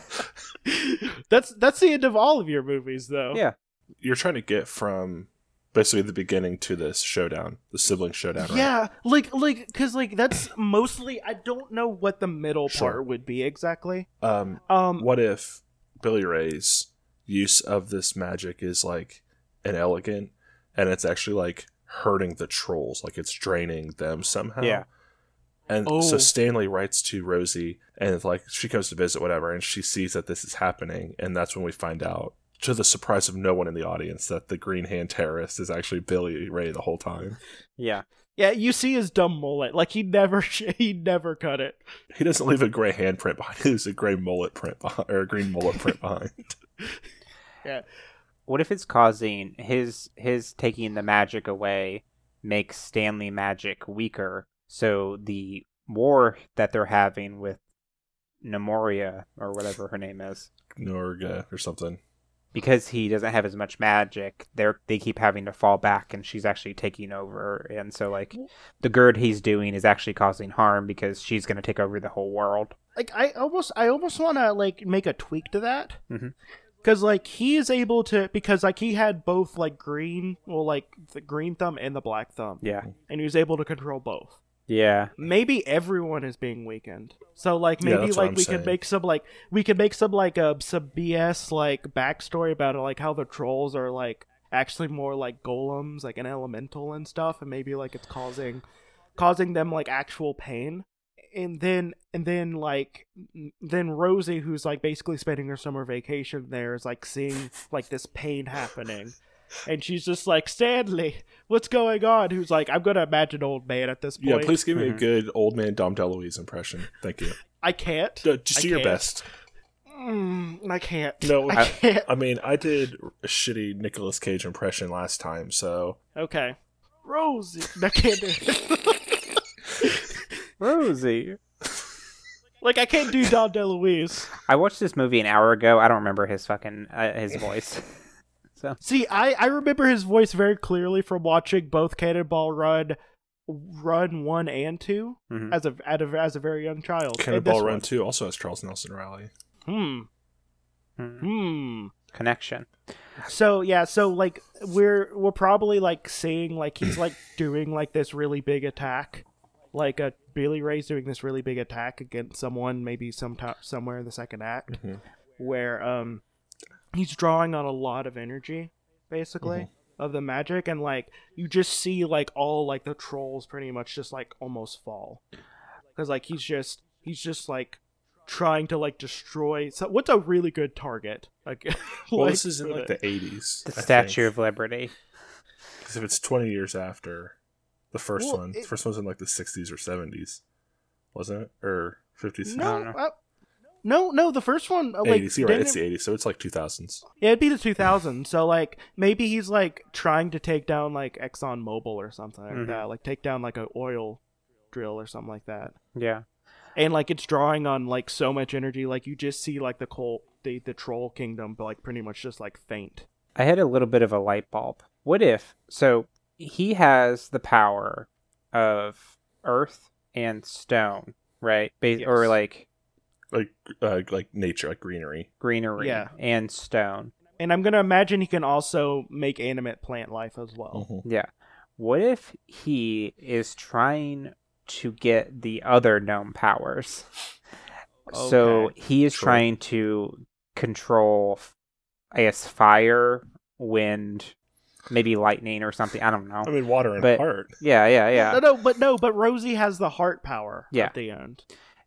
F: That's that's the end of all of your movies, though.
E: Yeah.
D: You're trying to get from basically the beginning to this showdown, the sibling showdown. Right?
F: Yeah, like like because like that's mostly. I don't know what the middle
D: Sure.
F: part would be exactly.
D: Um,
F: Um,
D: what if Billy Ray's use of this magic is like inelegant and it's actually like hurting the trolls, like it's draining them somehow.
E: Yeah.
D: And
F: Oh.
D: so Stanley writes to Rosie and it's like she comes to visit whatever and she sees that this is happening and that's when we find out to the surprise of no one in the audience that the green hand terrorist is actually Billy Ray the whole time.
E: Yeah.
F: yeah, you see his dumb mullet. Like he never he never cut it.
D: He doesn't leave a gray handprint behind. He leaves a gray mullet print behind, or a green mullet print behind.
E: What if it's causing his his taking the magic away makes Stanley magic weaker? So the war that they're having with Nemoria or whatever her name is,
D: Norga or something.
E: because he doesn't have as much magic, they are they keep having to fall back, and she's actually taking over. And so like the gird he's doing is actually causing harm because she's going to take over the whole world.
F: like I almost I almost want to like make a tweak to that
E: Mhm.
F: because like he is able to because like he had both like green well like the green thumb and the black thumb
E: Yeah.
F: and he was able to control both.
E: Yeah.
F: Maybe everyone is being weakened, so like
D: Yeah,
F: maybe
D: that's what
F: like
D: I'm
F: we
D: saying.
F: could make some like we could make some like uh, some BS like backstory about like how the trolls are like actually more like golems like an elemental and stuff, and maybe like it's causing causing them like actual pain and then and then like n- then Rosie, who's like basically spending her summer vacation there, is like seeing like this pain happening, and she's just like Stanley, what's going on? Who's like I'm gonna imagine old man at this
D: Yeah,
F: point.
D: please give me a
E: Mhm.
D: good old man Dom DeLuise impression. Thank you.
F: I can't.
D: D- Just
F: I
D: do your
F: can't.
D: best.
F: Mm, I can't.
D: No,
F: I
D: I-
F: can't.
D: I mean, I did a shitty Nicolas Cage impression last time, so
F: okay, Rosie, I can't do. it.
E: Rosie.
F: like I can't do Don DeLuise.
E: I watched this movie an hour ago. I don't remember his fucking uh, his voice.
F: See, I, I remember his voice very clearly from watching both Cannonball Run, Run One and 2
E: Mhm.
F: as a, at a as a very young child.
D: Mm-hmm.
F: And
D: Cannonball
F: this
D: Run
F: one.
D: 2 also has Charles Nelson Riley.
E: Hmm.
F: Hmm. Hmm.
E: Connection.
F: So yeah, so like we're we're probably like seeing like he's like doing like this really big attack, like a Billy Ray's doing this really big attack against someone maybe sometime somewhere in the second act,
D: Mm-hmm.
F: where um he's drawing on a lot of energy basically
D: Mm-hmm.
F: of the magic and like you just see like all like the trolls pretty much just like almost fall because like he's just he's just like trying to like destroy. So what's a really good target? Like,
D: Well,
F: like,
D: this is in
F: for
D: like
F: the-
D: the eighties.
E: The Statue of Liberty.
D: Because if it's twenty years after the first
F: Well,
D: one,
F: it-
D: the first one's in like the sixties or seventies, wasn't it? Or fifties?
F: no,
E: don't know.
F: uh, no, no. The first one, uh, like,
D: Eighties. You're right.
F: didn't
D: It's
F: it-
D: the eighties, so it's like two thousands.
F: Yeah, it'd be the 2000s. So like maybe he's like trying to take down like Exxon Mobil or something like
E: Mhm.
F: that. Like take down like a oil drill or something like that.
E: Yeah.
F: And like it's drawing on like so much energy. Like you just see like the coal the, the troll kingdom but like pretty much just like faint.
E: I had a little bit of a light bulb. What if so he has the power of earth and stone, right? Ba- Or
F: Yes.
E: like
D: Like uh, like nature, like greenery.
E: greenery
F: Yeah.
E: and stone.
F: And I'm gonna imagine he can also make animate plant life as well.
D: Mhm.
E: Yeah. What if he is trying to get the other gnome powers? So
F: Okay.
E: he is
D: Sure.
E: trying to control, I guess, fire, wind, maybe lightning or something. I don't know.
D: I mean, water and
E: But-
D: heart.
E: yeah, yeah,
F: No,
E: yeah,
F: no, but no, but Rosie has the heart power
E: Yeah.
F: at the end.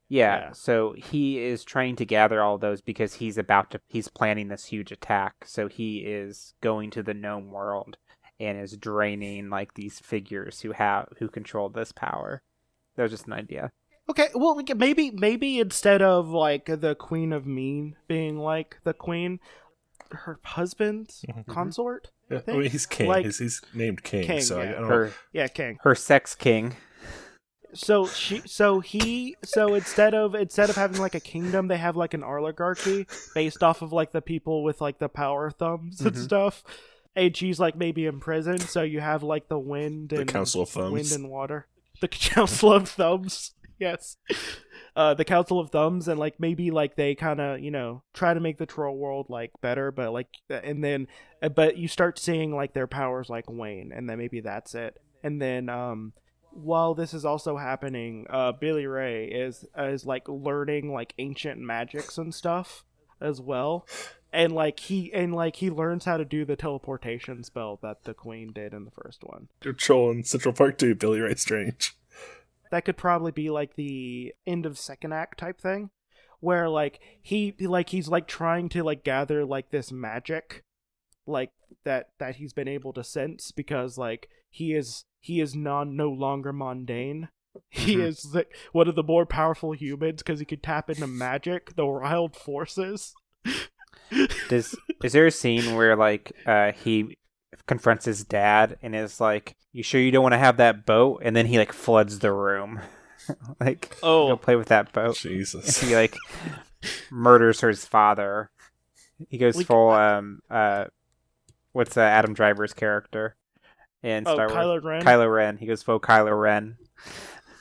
E: yeah.
F: yeah.
E: So he is trying to gather all those because he's about to. He's planning this huge attack. So he is going to the gnome world and is draining like these figures who have who control this power. That was just an idea.
F: Okay, well, like, maybe maybe instead of like the Queen of Mean being like the Queen, her husband
D: Mm-hmm.
F: consort.
D: Yeah, I
F: think,
D: mean, he's king.
F: like-
D: he's, he's named king.
F: King,
D: so I-
F: yeah.
D: I don't
E: Her
F: Yeah, King.
E: her sex king.
F: So she, so he, so instead of instead of having like a kingdom, they have like an oligarchy based off of like the people with like the power thumbs
D: Mm-hmm.
F: and stuff. And she's like maybe in prison, so you have like the wind
D: The
F: and
D: Council of Thumbs.
F: wind and water, the council of thumbs. Yes, uh, the council of thumbs, and like maybe like they kind of you know try to make the troll world like better, but like and then uh, but you start seeing like their powers like wane, and then maybe that's it. And then um, while this is also happening, uh, Billy Ray is uh, is like learning like ancient magics and stuff as well, and like he and like he learns how to do the teleportation spell that the queen did in the first one.
D: You're trolling Central Park too, Billy Ray Strange.
F: That could probably be like the end of second act type thing, where like he like he's like trying to like gather like this magic, like that that he's been able to sense because like he is he is non no longer mundane. He
E: Mhm.
F: is like one of the more powerful humans because he could tap into magic, the wild forces.
E: Does is there a scene where like uh he confronts his dad and is like, "You sure you don't want to have that boat?" And then he like floods the room, like,
F: Oh.
E: go play with that boat."
D: Jesus.
E: he like murders his father. He goes
F: We-
E: full um uh, what's uh, Adam Driver's character in
F: Oh,
E: Star Wars?
F: Kylo Ren.
E: Kylo Ren. He goes full Kylo Ren.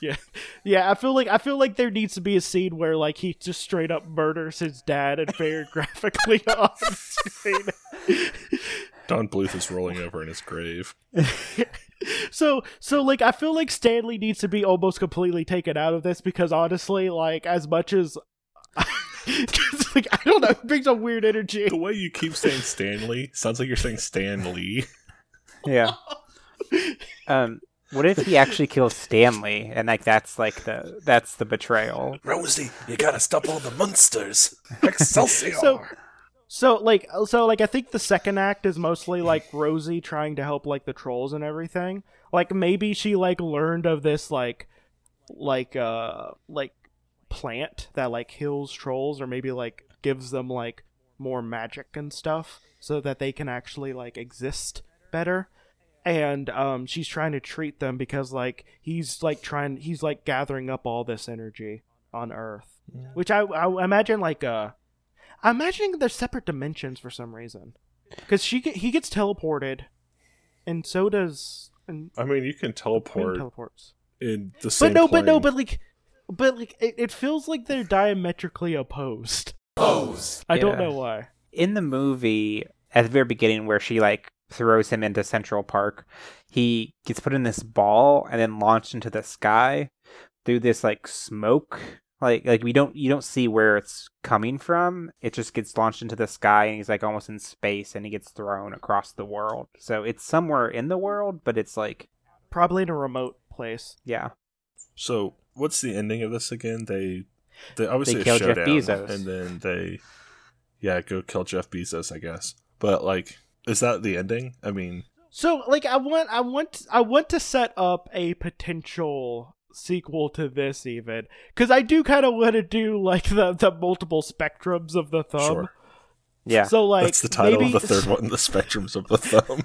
F: Yeah, yeah. I feel like I feel like there needs to be a scene where like he just straight up murders his dad and very graphically on screen.
D: Don Bluth is rolling over in his grave.
F: so so like I feel like Stanley needs to be almost completely taken out of this because honestly, like as much as. 'cause, like I don't know, it brings a weird energy.
D: The way you keep saying Stanley sounds like you're saying Stan Lee.
E: Yeah. Um, what if he actually kills Stanley and like that's like the that's the betrayal?
D: Rosie, you gotta stop all the monsters. Excelsior!
F: So- So like so like I think the second act is mostly like Rosie trying to help like the trolls and everything. Like maybe she like learned of this like like uh like plant that like heals trolls or maybe like gives them like more magic and stuff so that they can actually like exist better. And um she's trying to treat them because like he's like trying he's like gathering up all this energy on earth. Which I I imagine like uh I'm imagining they're separate dimensions for some reason. Because she get, he gets teleported, and so does and
D: I mean, you can
F: Queen
D: teleport
F: teleports.
D: in the same
F: But no, but no,
D: plane.
F: but like, but like, it, it feels like they're diametrically opposed. Opposed. I don't
E: Yeah.
F: know why.
E: In the movie, at the very beginning, where she like throws him into Central Park, he gets put in this ball and then launched into the sky through this like smoke. Like like we don't you don't see where it's coming from. It just gets launched into the sky and he's like almost in space and he gets thrown across the world. So it's somewhere in the world, but it's like
F: Probably in a remote place.
E: yeah.
D: So, what's the ending of this again? They they obviously
E: kill
D: a
E: Jeff
D: showdown,
E: Bezos.
D: and then they yeah go kill Jeff Bezos, I guess. But like, is that the ending? I mean,
F: So like I want I want I want to set up a potential sequel to this even cuz I do kind of want to do like the the multiple spectrums of the thumb.
D: sure,
E: Yeah.
F: So like
D: that's the title
F: maybe,
D: of the third one, the spectrums of the thumb.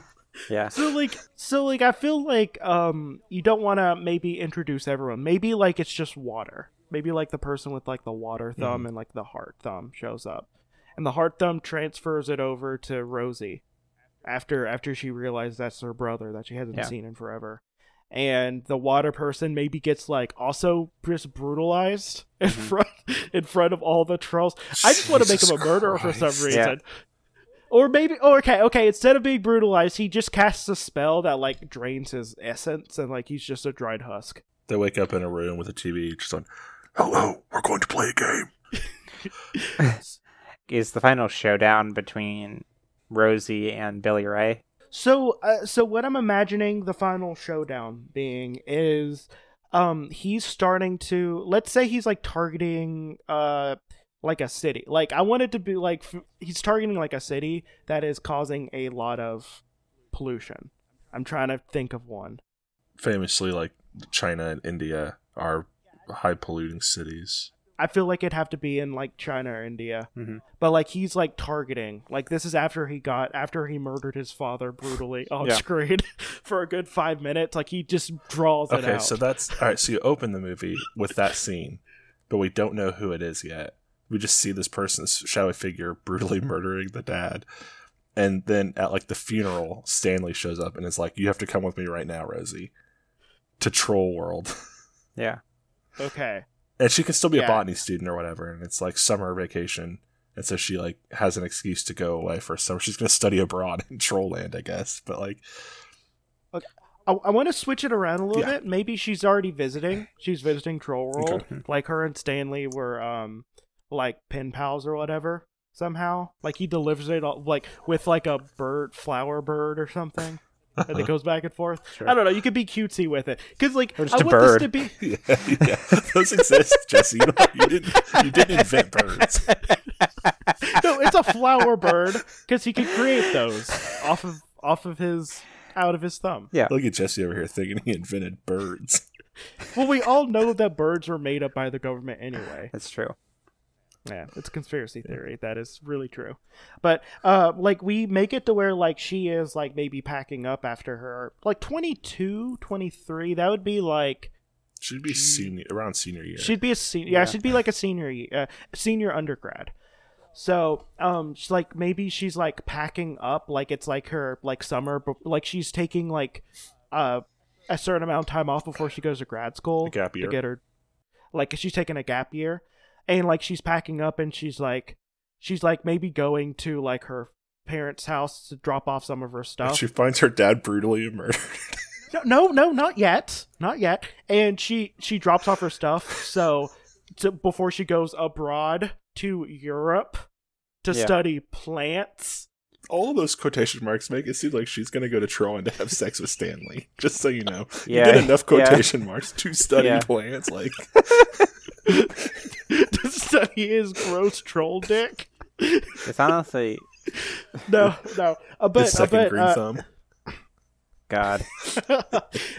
E: yeah.
F: So like so like I feel like um you don't want to maybe introduce everyone. Maybe like it's just water. Maybe like the person with like the water thumb and like the heart thumb shows up. And the heart thumb transfers it over to Rosie after after she realized that's her brother that she hasn't
E: Yeah.
F: seen in forever. And the water person maybe gets like also just brutalized in front in front of all the trolls. I just want to make
D: Jesus
F: him a murderer for
D: Christ.
F: some
E: Yeah.
F: reason. Or maybe, oh, okay, okay. Instead of being brutalized, he just casts a spell that like drains his essence, and like he's just a dried husk.
D: They wake up in a room with a TV just on. Hello, we're going to play a game.
E: Is the final showdown between Rosie and Billy Ray?
F: So, uh, so what I'm imagining the final showdown being is, um, he's starting to. Let's say he's like targeting, uh, like a city. Like I want it to be like f- he's targeting like a city that is causing a lot of pollution. I'm trying to think of one.
D: Famously, like China and India are high polluting cities.
F: I feel like it'd have to be in like China or India.
D: Mm-hmm.
E: Mhm.
F: But like he's like targeting. Like this is after he got after he murdered his father brutally on
E: Yeah.
F: screen for a good five minutes. Like he just draws it
D: Okay,
F: out.
D: so that's all right. So you open the movie with that scene, but we don't know who it is yet. We just see this person's shadowy figure brutally murdering the dad, and then at like the funeral, Stanley shows up and is like, "You have to come with me right now, Rosie, to Troll World."
E: Yeah.
F: okay.
D: And she can still be a
F: Yeah.
D: botany student or whatever, and it's like summer vacation, and so she like has an excuse to go away for summer. She's gonna study abroad in Troll Land, I guess. But like,
F: I, I want to switch it around a little
D: Yeah.
F: bit. Maybe she's already visiting. She's visiting Troll World.
D: Okay. Hmm.
F: Like her and Stanley were um like pen pals or whatever somehow. Like he delivers it all, like with like a bird flower bird or something. And it goes back and forth. I don't know. You could be cutesy with it, because like
E: Or just
F: I
E: a
F: want
E: bird.
F: this to be.
D: yeah, yeah, those exist, Jesse. You, don't- you didn't, you didn't invent birds.
F: no, it's a flower bird because he could create those off of off of his out of his thumb.
E: Yeah.
D: Look at Jesse over here thinking he invented birds.
F: Well, we all know that birds were made up by the government anyway.
E: That's true.
F: Yeah, it's a conspiracy theory. That is really true. But uh, like we make it to where like she is like maybe packing up after her like 22, 23. That would be like
D: Should be senior around senior year.
F: She'd be a senior. Yeah,
E: Yeah.
F: she'd be like a senior, ye- uh, senior undergrad. So, um, she's like maybe she's like packing up, like it's like her like summer, but like she's taking like, uh, a certain amount of time off before she goes to grad school.
D: A gap year.
F: to get her, like she's taking a gap year, and like she's packing up, and she's like, she's like maybe going to like her parents' house to drop off some of her
D: And
F: stuff.
D: She finds her dad brutally murdered.
F: No, no, no, not yet, not yet. And she she drops off her stuff so to, before she goes abroad to Europe to
E: Yeah.
F: study plants.
D: All of those quotation marks make it seem like she's going to go to Tron to have sex with Stanley. Just so you know, you
E: Yeah,
D: did enough
E: yeah.
D: quotation marks to study
E: Yeah.
D: plants. Like
F: to study his gross troll dick.
E: It's honestly
F: No, no. Uh, but
D: his second
F: uh, but,
D: green
F: uh,
D: thumb.
E: God.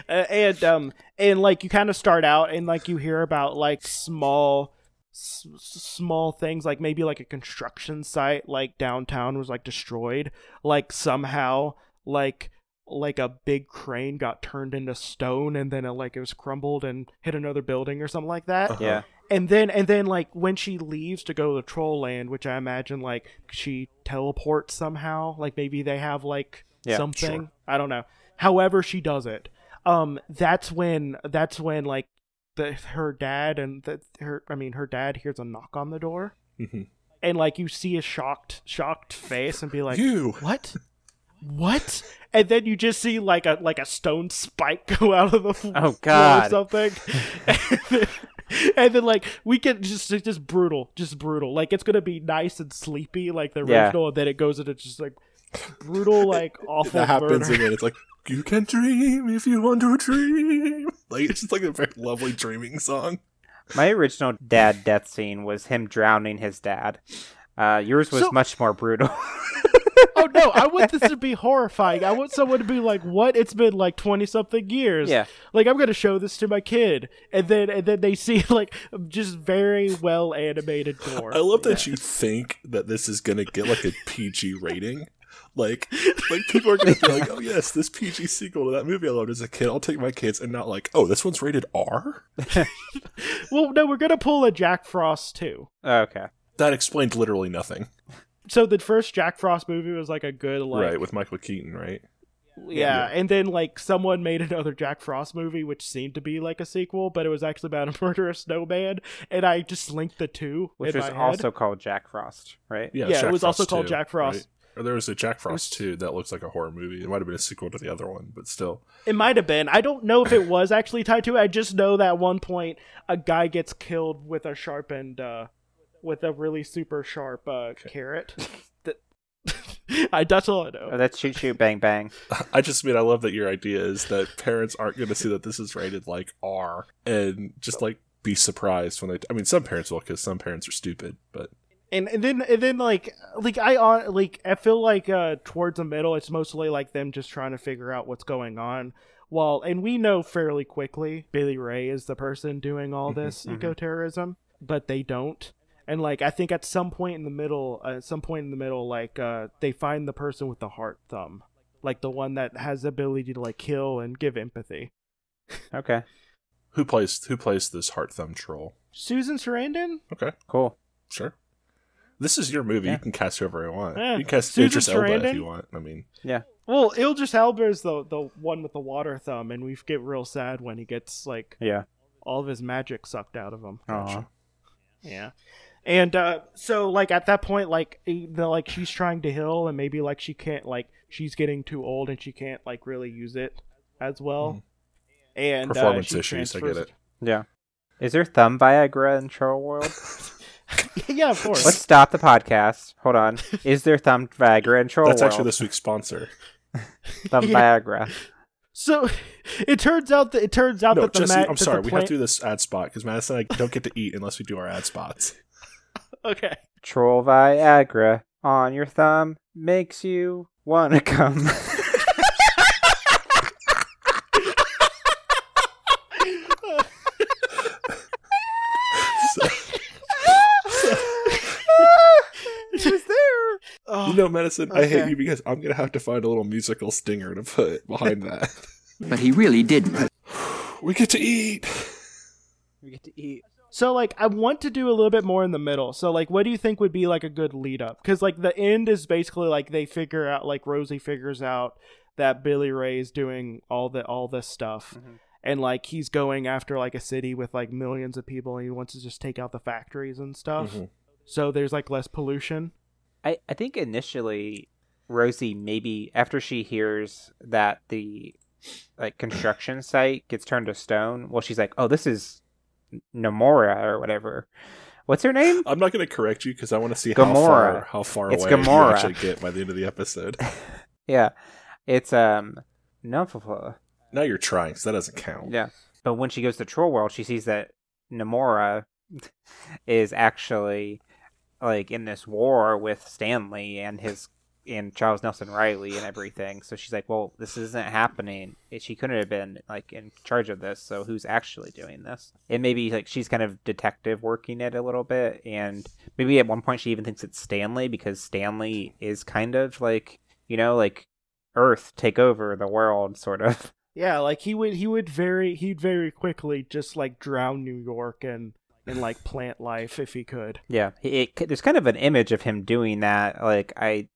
F: Uh, and um and like you kind of start out and like you hear about like small s- s- small things like maybe like a construction site like downtown was like destroyed like somehow like like a big crane got turned into stone and then it, like it was crumbled and hit another building or something like that
E: Yeah.
F: and then and then like when she leaves to go to troll land which i imagine like she teleports somehow like maybe they have like
E: Yeah,
F: something i don't know however she does it um that's when that's when like the her dad and the, her i mean her dad hears a knock on the door
D: Mhm.
F: and like you see a shocked shocked face and be like
D: you.
F: what what and then you just see like a like a stone spike go out of the floor
E: Oh, God.
F: or something and then, and then, like we can just just brutal just brutal like it's gonna be nice and sleepy like the
E: Yeah.
F: original and then it goes into just like brutal, like awful.
D: that happens
F: murder.
D: and then it's like you can dream if you want to dream like it's just like a very lovely dreaming song
E: My original dad death scene was him drowning his dad. Uh, yours was
F: So-
E: much more brutal.
F: oh no, I want this to be horrifying. I want someone to be like, "What? It's been like twenty something years."
E: Yeah.
F: Like I'm gonna show this to my kid, and then and then they see like just very well animated gore.
D: i love that you think that this is gonna get like a pg rating like like people are gonna be like oh yes this pg sequel to that movie i loved as a kid i'll take my kids and not like oh this one's rated r
F: Well, no, we're gonna pull a Jack Frost too.
E: Oh, okay.
D: that explained literally nothing
F: So the first Jack Frost movie was like a good like
D: right with michael keaton right
F: yeah, and then like someone made another Jack Frost movie which seemed to be like a sequel, but it was actually about a murderous snowman, and I just linked the two.
E: Which
F: in
E: was
F: my head.
E: also called Jack Frost, right?
D: yeah,
F: Yeah, it was also called
D: 2,
F: Jack Frost.
D: right? Or there was a Jack Frost 2 that looks like a horror movie. It might have been a sequel to the other one, but still.
F: It might have been. I don't know if it was actually tied to it. I just know that at one point a guy gets killed with a sharpened, uh, with a really super sharp uh, carrot. That- I that's all I
E: Oh,
F: know.
E: that's shoot shoot bang bang.
D: I just mean I love that your idea is that parents aren't going to see that this is rated like R and just like be surprised when they. I mean, some parents will because some parents are stupid, but
F: And and then and then like like I uh, like I feel like uh, towards the middle it's mostly like them just trying to figure out what's going on. Well, and we know fairly quickly Billy Ray is the person doing all this eco terrorism, but they don't. And like I think at some point in the middle, uh, at some point in the middle, like uh, they find the person with the heart thumb, like the one that has the ability to like kill and give empathy.
E: Okay.
D: who plays who plays this heart thumb troll?
F: Susan Sarandon,
D: Okay,
E: Cool.
D: sure. This is your movie.
E: Yeah.
D: You can cast whoever you want.
F: Yeah.
D: You can cast
F: Susan
D: Idris Elba
F: Sarandon?
D: if you want. I mean,
E: Yeah.
F: well, Ildris Elba is the the one with the water thumb, and we get real sad when he gets like
E: Yeah.
F: all of his magic sucked out of him.
E: Aw.
F: Yeah. And uh, so, like at that point, like e- the like she's trying to heal, and maybe like she can't, like she's getting too old, and she can't like really use it as well. And
D: Mm-hmm.
F: uh,
D: Performance
F: she
D: issues, I get
F: transfers-
E: Yeah. Is there thumb Viagra in Troll World?
F: yeah, of course.
E: Let's stop the podcast. Hold on. Is there thumb Viagra in Troll
D: that's
E: World?
D: actually this week's sponsor.
E: Thumb Viagra.
F: So it turns out that it turns out
D: No,
F: that the
D: Jesse,
F: ma-
D: I'm
F: that the
D: sorry. We have
F: plant-
D: to do this ad spot because Madison and I don't get to eat unless we do our ad spots.
F: Okay.
E: Troll Viagra on your thumb makes you wanna come.
D: So-
E: Is there?
F: Oh,
D: you know, Madison, I hate you because I'm gonna have to find a little musical stinger to put behind that.
C: But he really didn't.
D: we get to eat.
E: We get to eat.
F: So like I want to do a little bit more in the middle. So like what do you think would be like a good lead up? Cuz like the end is basically like they figure out like Rosie figures out that Billy Ray is doing all the all this stuff.
E: Mm-hmm.
F: And like he's going after like a city with like millions of people and he wants to just take out the factories and stuff.
E: Mm-hmm.
F: So there's like less pollution.
E: I, I think initially Rosie maybe after she hears that the like construction site gets turned to stone, well she's like, Oh, this is Namora or whatever. What's her name?
D: I'm not gonna correct you because I want to see how
E: Gamora.
D: far how far
E: It's
D: away
E: Gamora.
D: you actually get by the end of the episode.
E: Yeah. It's um Numphala.
D: now you're trying, so that doesn't count.
E: Yeah. But when she goes to Troll World, she sees that Namora is actually like in this war with Stanley and his and Charles Nelson Riley and everything. So she's like, "Well, this isn't happening. She couldn't have been like in charge of this. So who's actually doing this?" And maybe like she's kind of detective working it a little bit, and maybe at one point she even thinks it's Stanley because Stanley is kind of like you know like Earth take over the world sort of.
F: Yeah, like he would he would very he'd very quickly just like drown New York and and like plant life if he could.
E: Yeah, he- it, there's kind of an image of him doing that. Like I,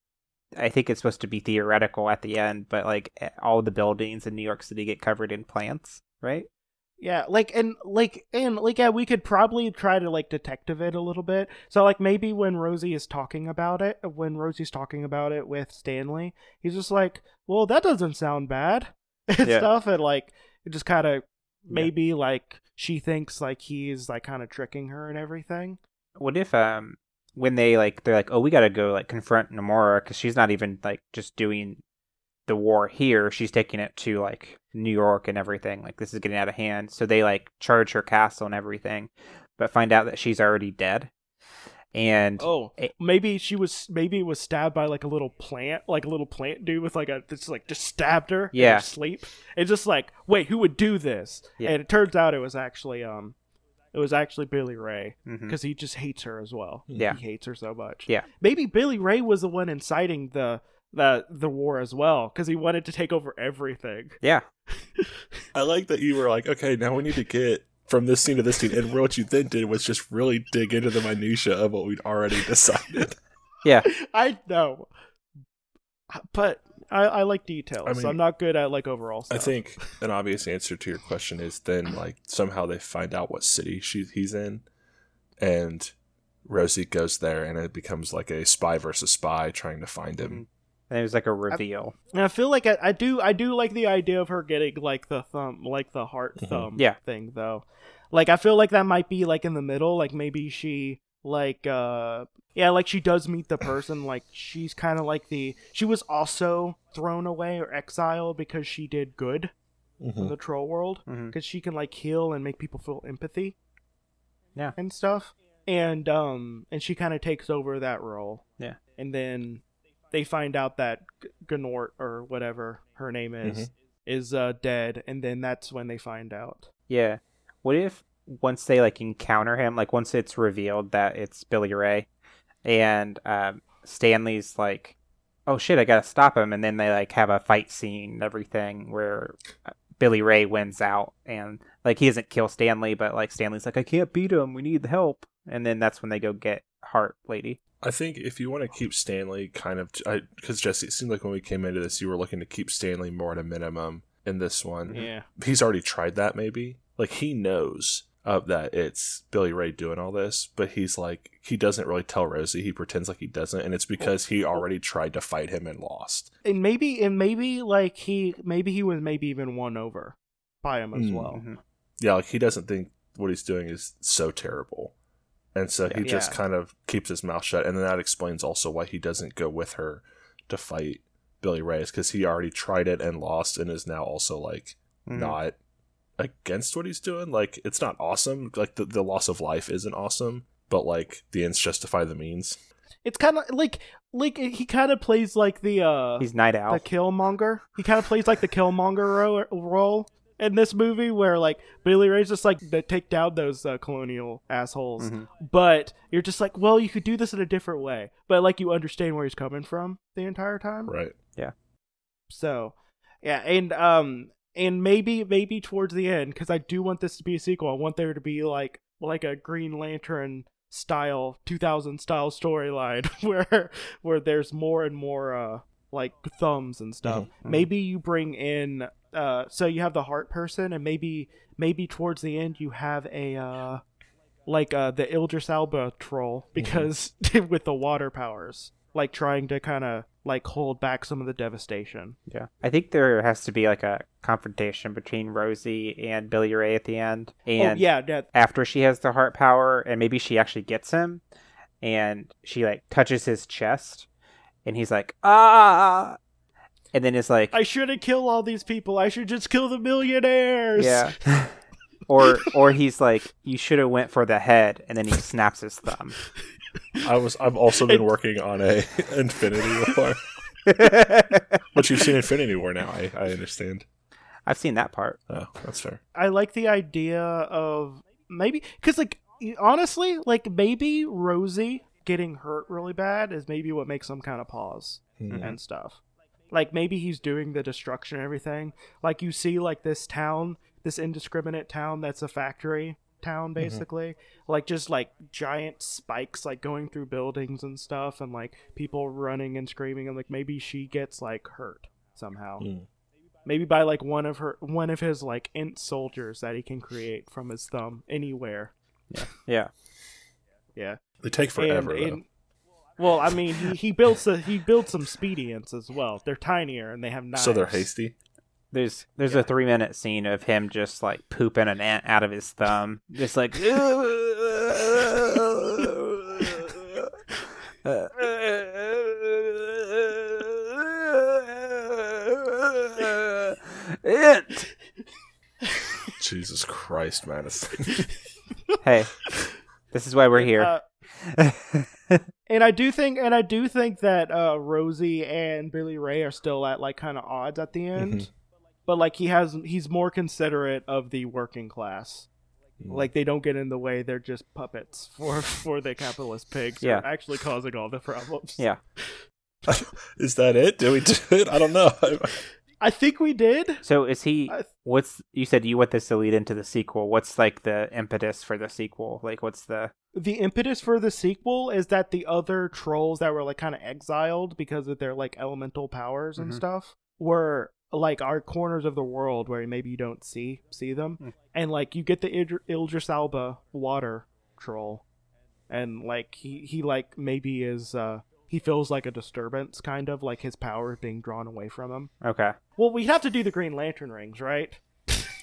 E: I think it's supposed to be theoretical at the end, but like eh, all the buildings in New York City get covered in plants, right?
F: Yeah, like and like and like yeah, we could probably try to like detective it a little bit. So like maybe when Rosie is talking about it, when Rosie's talking about it with Stanley, he's just like, "Well, that doesn't sound bad," and
E: Yeah.
F: stuff, and like it just kind of
E: Yeah.
F: maybe like she thinks like he's like kind of tricking her and everything.
E: What if um when they like they're like, oh, we gotta go like confront Namora because she's not even like just doing the war here. She's taking it to like New York and everything. Like this is getting out of hand. So they like charge her castle and everything, but find out that she's already dead. And
F: Oh,
E: It-
F: maybe she was maybe it was stabbed by like a little plant, like a little plant dude with like a that's like just stabbed her. in her
E: Yeah.
F: sleep. It's just like, wait, who would do this?
E: Yeah.
F: And it turns out it was actually um, it was actually Billy Ray
E: Mhm.
F: because he just hates her as well.
E: Hmm. Yeah.
F: he hates her so much.
E: Yeah.
F: maybe Billy Ray was the one inciting the the the war as well because he wanted to take over everything.
E: yeah,
D: I like that you were like, okay, now we need to get from this scene to this scene, and what you then did was just really dig into the minutia of what we'd already decided.
E: yeah,
F: I know, but I, I like details.
D: I mean-
F: I'm not good at like overall. Stuff.
D: I think an obvious answer to your question is then like somehow they find out what city she he's in, and Rosie goes there, and it becomes like a spy versus spy trying to find him.
E: Mm-hmm. and it was like a reveal.
F: And I feel like I, I do I do like the idea of her getting like the thumb like the heart thumb
E: Yeah.
F: thing though. Like I feel like that might be like in the middle, like maybe she like uh yeah, like she does meet the person, like she's kinda like the she was also thrown away or exiled because she did good
D: Mm-hmm. Mm.
F: in the troll world. Because
E: Mhm.
F: she can like heal and make people feel empathy.
E: Yeah.
F: And stuff. And um and she kinda takes over that role
E: Yeah,
F: and then they find out that G- Gnort or whatever her name is is uh, dead, and then that's when they find out.
E: yeah. What if once they like encounter him, like once it's revealed that it's Billy Ray, and um, Stanley's like, oh shit, I gotta stop him, and then they like have a fight scene and everything where uh, Billy Ray wins out, and like he doesn't kill Stanley, but like Stanley's like, I can't beat him, we need help, and then that's when they go get Heart Lady.
D: I think if you want to keep Stanley kind of, because Jesse, it seemed like when we came into this, you were looking to keep Stanley more at a minimum in this one.
F: Yeah,
D: he's already tried that maybe like he knows uh, that it's billy ray doing all this but he's like he doesn't really tell rosie he pretends like he doesn't and it's because he already tried to fight him and lost
F: and maybe and maybe like he maybe he was maybe even won over by him as
D: Mm.
F: well.
D: yeah like he doesn't think what he's doing is so terrible and so he just
F: Yeah.
D: kind of keeps his mouth shut and then that explains also why he doesn't go with her to fight billy ray is because he already tried it and lost and is now also like
F: Hmm.
E: Mhm.
D: not against what he's doing. Like it's not awesome. Like the, the loss of life isn't awesome, but like the ends justify the means.
F: It's kind of like like he kind of plays like the uh
E: He's night owl.
F: the Killmonger. He kind of plays like the Killmonger ro- role in this movie, where like Billy Ray's just like to take down those uh, colonial assholes,
E: Mm-hmm.
F: but you're just like, well, you could do this in a different way, but like you understand where he's coming from the entire time.
D: Right.
F: So, yeah, and um, and maybe maybe towards the end, because I do want this to be a sequel. I want there to be like like a Green Lantern style 2000 style storyline where where there's more and more uh like thumbs and stuff. Maybe you bring in uh so you have the heart person and maybe maybe towards the end you have a uh like uh the Ildris Alba troll because with the water powers like trying to kind of like hold back some of the devastation.
E: Yeah. I think there has to be like a confrontation between Rosie and Billy Ray at the end. And
F: oh yeah, yeah,
E: after she has the heart power and maybe she actually gets him and she like touches his chest and he's like, ah and then it's like
F: I shouldn't kill all these people. I should just kill the millionaires.
E: Yeah. or or he's like, You should have went for the head and then he snaps his thumb.
D: I was. I've also been working on a Infinity War. but you've seen Infinity War now. I, I understand.
E: I've seen that part.
D: Oh, that's fair.
F: I like the idea of maybe because like honestly, like maybe Rosie getting hurt really bad is maybe what makes some kind of pause
D: Hmm. Mm-hmm.
F: and stuff. Like maybe he's doing the destruction and everything. Like you see like this town, this indiscriminate town that's a factory town basically. Like just like giant spikes like going through buildings and stuff and like people running and screaming and like maybe she gets like hurt somehow maybe by like one of her one of his like int soldiers that he can create from his thumb anywhere
E: Yeah.
F: yeah
D: They take forever.
F: and,
D: though.
F: and- well i mean he, he builds a, he builds some speedy ants as well they're tinier and they have knives
D: so they're hasty.
E: There's there's a three minute scene of him just like pooping an ant out of his thumb. Just like It.
D: Jesus Christ, Madison.
E: Hey, this is why we're here.
F: Uh, and I do think, and I do think that uh, Rosie and Billy Ray are still at like kind of odds at
D: Mm-hmm.
F: the end, but like he has, he's more considerate of the working class.
D: Mm.
F: Like they don't get in the way; they're just puppets for for the capitalist pigs. who
E: Yeah.
F: are actually causing all the problems.
E: yeah.
D: Is that it? Did we do it? I don't know.
F: I think we did.
E: So is he?
F: I-
E: What's you said? You want this to lead into the sequel? What's like the impetus for the sequel? Like, what's the?
F: the impetus for the sequel is that the other trolls that were like kind of exiled because of their like elemental powers and
E: Mhm.
F: stuff were like our corners of the world where maybe you don't see see them
E: Mm.
F: and like you get the Idr- Ildris Alba water troll and like he he like maybe is uh he feels like a disturbance kind of like his power is being drawn away from him
E: Okay.
F: well we have to do the green lantern rings right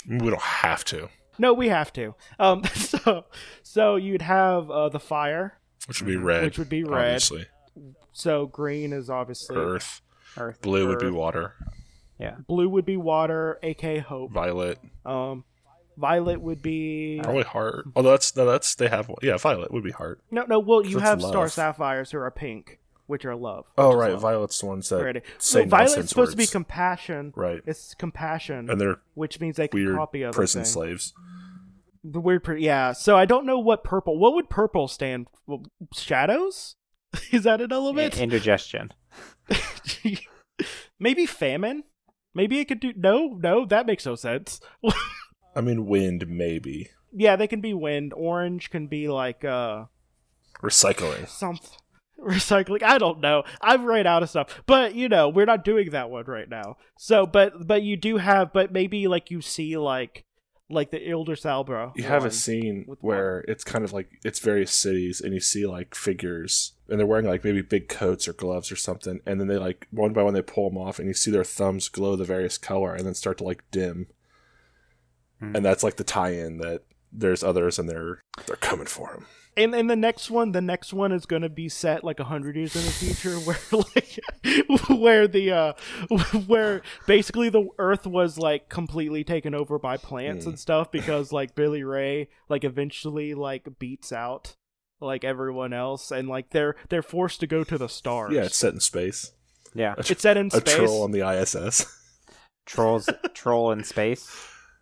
D: we don't have to.
F: no we have to um so so you'd have uh the fire
D: Which would be red.
F: Mm, Which would be red.
D: Obviously.
F: So green is obviously
D: Earth.
E: Earth.
D: Blue would be
F: Earth.
D: water.
F: blue would be water, aka hope.
D: Violet.
F: Um, violet would be
D: Probably heart. Oh, that's no, that's they have one. Yeah, violet would be heart.
F: no, no. Well, you
D: That's
F: have star
D: love.
F: sapphires who are pink, which are love.
D: Oh
F: which is
D: right,
F: love.
D: violet's the ones that
F: Already.
D: say
F: No, violet's
D: nonsense
F: supposed to be
D: words.
F: compassion.
D: Right.
F: It's compassion,
D: and they're
F: which means they can
D: weird
F: copy other
D: prison
F: things.
D: slaves.
F: The weird, pr- yeah. So I don't know what purple. What would purple stand? Well, shadows? is that an
E: I-
F: element?
E: Indigestion.
F: Maybe famine. Maybe it could do. No, no, that makes no sense.
D: I mean, wind maybe
F: yeah, they can be wind. Orange can be like uh
D: recycling.
F: something recycling. I don't know. I've ran out of stuff. But you know, we're not doing that one right now. So, but but you do have. But maybe like you see like like the Elder Salbro.
D: You have
F: one.
D: a scene
F: with
D: where it's kind of like it's various cities, and you see like figures, and they're wearing like maybe big coats or gloves or something, and then they like one by one they pull them off, and you see their thumbs glow the various color, and then start to like dim,
E: Hmm.
D: and that's like the tie-in that there's others, and they're they're coming for him.
F: And and the next one, the next one is going to be set like a hundred years in the future, where like where the uh where basically the Earth was like completely taken over by plants
D: Hmm.
F: and stuff because like Billy Ray like eventually like beats out like everyone else and like they're they're forced to go to the stars.
D: Yeah, it's set in space.
E: Yeah.
F: it's set in
D: A
F: space.
D: troll on the ISS.
E: Trolls. troll in space.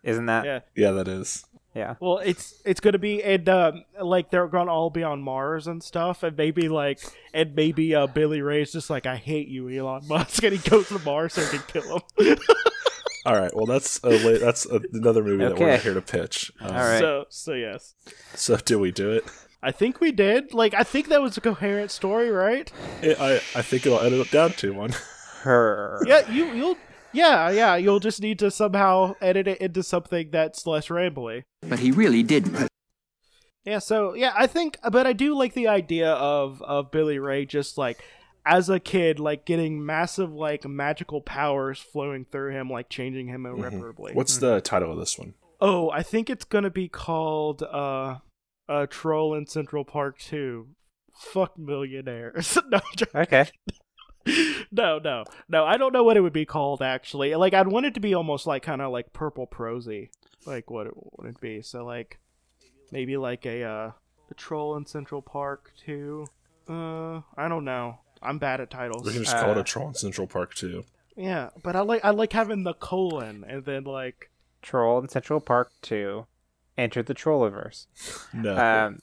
E: Isn't that?
F: Yeah.
D: yeah, that is.
E: yeah.
F: Well, it's it's gonna be and um, like they're gonna all be on Mars and stuff, and maybe like and maybe uh, Billy Ray's just like I hate you, Elon Musk, and he goes to Mars so he can kill him.
D: All right. Well, that's a la- that's a, another movie that we're
E: Okay.
D: not here to pitch. Um,
E: All right.
F: So so yes,
D: So do we do it?
F: I think we did. Like I think that was a coherent story, right?
D: it I I think it'll edit it down to one.
E: Her.
F: Yeah, you you'll yeah yeah you'll just need to somehow edit it into something that's less rambly.
C: But he really didn't.
F: Yeah, so yeah, I think but I do like the idea of of Billy Ray just like as a kid like getting massive like magical powers flowing through him like changing him irreparably.
D: What's the title of this one?
F: Oh, I think it's going to be called uh a troll in Central Park 2. Fuck millionaires. no, I'm joking.
E: Okay.
F: no, no. No, I don't know what it would be called actually. Like I'd want it to be almost like kind of like purple prosy. Like what it would it be? So like maybe like a uh a troll in Central Park too. Uh I don't know. I'm bad at
D: We
F: titles.
D: can just call it
E: Uh,
D: a Troll in Central Park too.
F: Yeah, but I like I like having the colon and then like
E: Troll in Central Park Two. Enter the Trolliverse.
D: No,
F: uh,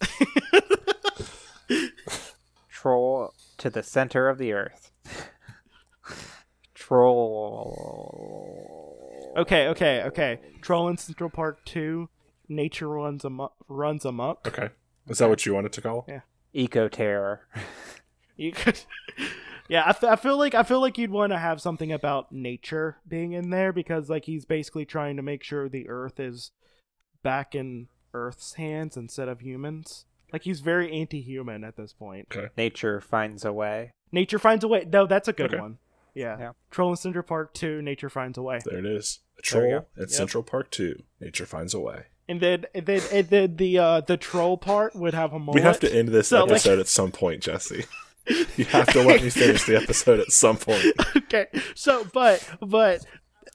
E: Um. troll to the center of the earth. troll.
F: Okay, okay, okay. Troll in Central Park 2, Nature runs amok, runs amok.
D: okay. Is that what you wanted to call?
F: Yeah.
E: Eco terror.
F: You could Yeah, I, f- I feel like I feel like you'd want to have something about nature being in there because like he's basically trying to make sure the earth is back in earth's hands instead of humans. Like he's very anti-human at this point.
E: Nature finds a way.
F: Nature finds a way. No, that's a good
D: Okay.
F: one. Yeah.
E: Yeah.
F: Troll in Central Park 2, Nature finds a way.
D: There it is. A
E: There we
D: Troll at
E: go.
F: Yep.
D: Central Park Two. Nature finds a way.
F: And then and then and then the uh the troll part would have a mullet.
D: We have to end this
F: So, like-
D: episode at some point, Jesse. You have to let me finish the episode at some point.
F: okay so but but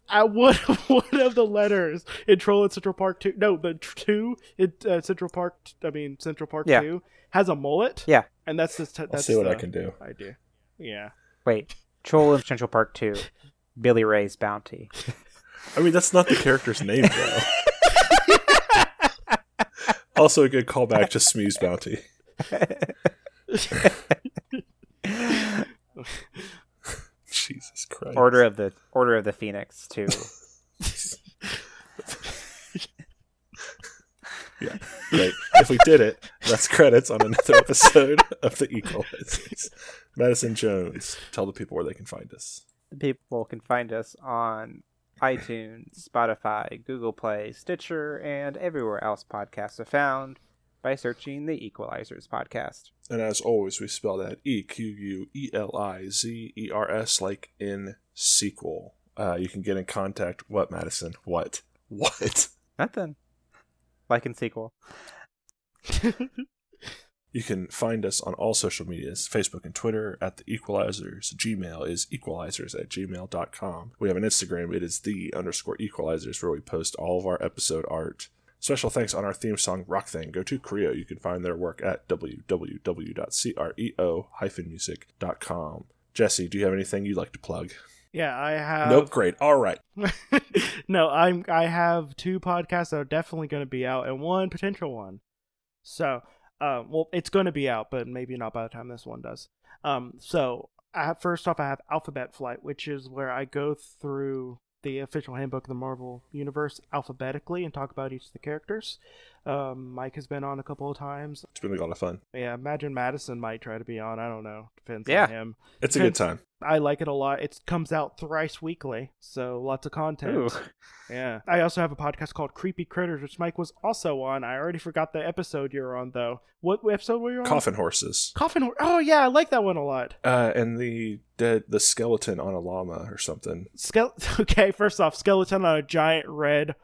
F: I one one of the letters in Troll in Central Park two. No, the tr- two in uh, Central Park. I mean Central Park
E: Yeah.
F: two has a mullet.
E: Yeah.
F: and that's the. T-
D: I'll
F: that's
D: see what
F: the
D: I can do.
F: Idea. Yeah.
E: Wait, Troll in Central Park Two, Billy Ray's Bounty.
D: I mean, that's not the character's name, though. also, a good callback to Smee's Bounty. Jesus Christ.
E: Order of the Order of the Phoenix Two.
D: Yeah. Right. If we did it, that's credits on another episode of The Equalizers. Madison Jones, tell the people where they can find us.
E: People can find us on iTunes, Spotify, Google Play, Stitcher, and everywhere else podcasts are found by searching the Equalizers podcast.
D: And as always, we spell that E Q U E L I Z E R S, like in sequel. Uh, you can get in contact. What, Madison? What? What?
E: Nothing. Like in sequel.
D: You can find us on all social medias Facebook and Twitter at The Equalizers. Gmail is equalizers at gmail.com. We have an Instagram. It is The underscore equalizers where we post all of our episode art. Special thanks on our theme song, Rock Thing. Go to Creo. You can find their work at e www.creo-music.com. Jesse, do you have anything you'd like to plug?
F: Yeah, I have.
D: nope, great. All right.
F: no, I'm I have two podcasts that are definitely going to be out and one potential one. So, um, well, it's going to be out, but maybe not by the time this one does. Um, so, I have, first off, I have Alphabet Flight, which is where I go through the official handbook of the Marvel Universe alphabetically and talk about each of the characters. Um, Mike has been on a couple of times.
D: It's been a lot of fun.
F: Yeah, imagine Madison might try to be on. I don't know. Depends
E: Yeah.
F: on him.
D: It's a good time.
F: I like it a lot. It comes out thrice weekly, so lots of content.
E: Ooh.
F: Yeah. I also have a podcast called Creepy Critters, which Mike was also on. I already forgot the episode you were on, though. What episode were you on?
D: Coffin horses.
F: Coffin. Oh, yeah. I like that one a lot.
D: Uh, and the dead, the skeleton on a llama or something.
F: Skeleton. Okay, first off, skeleton on a giant red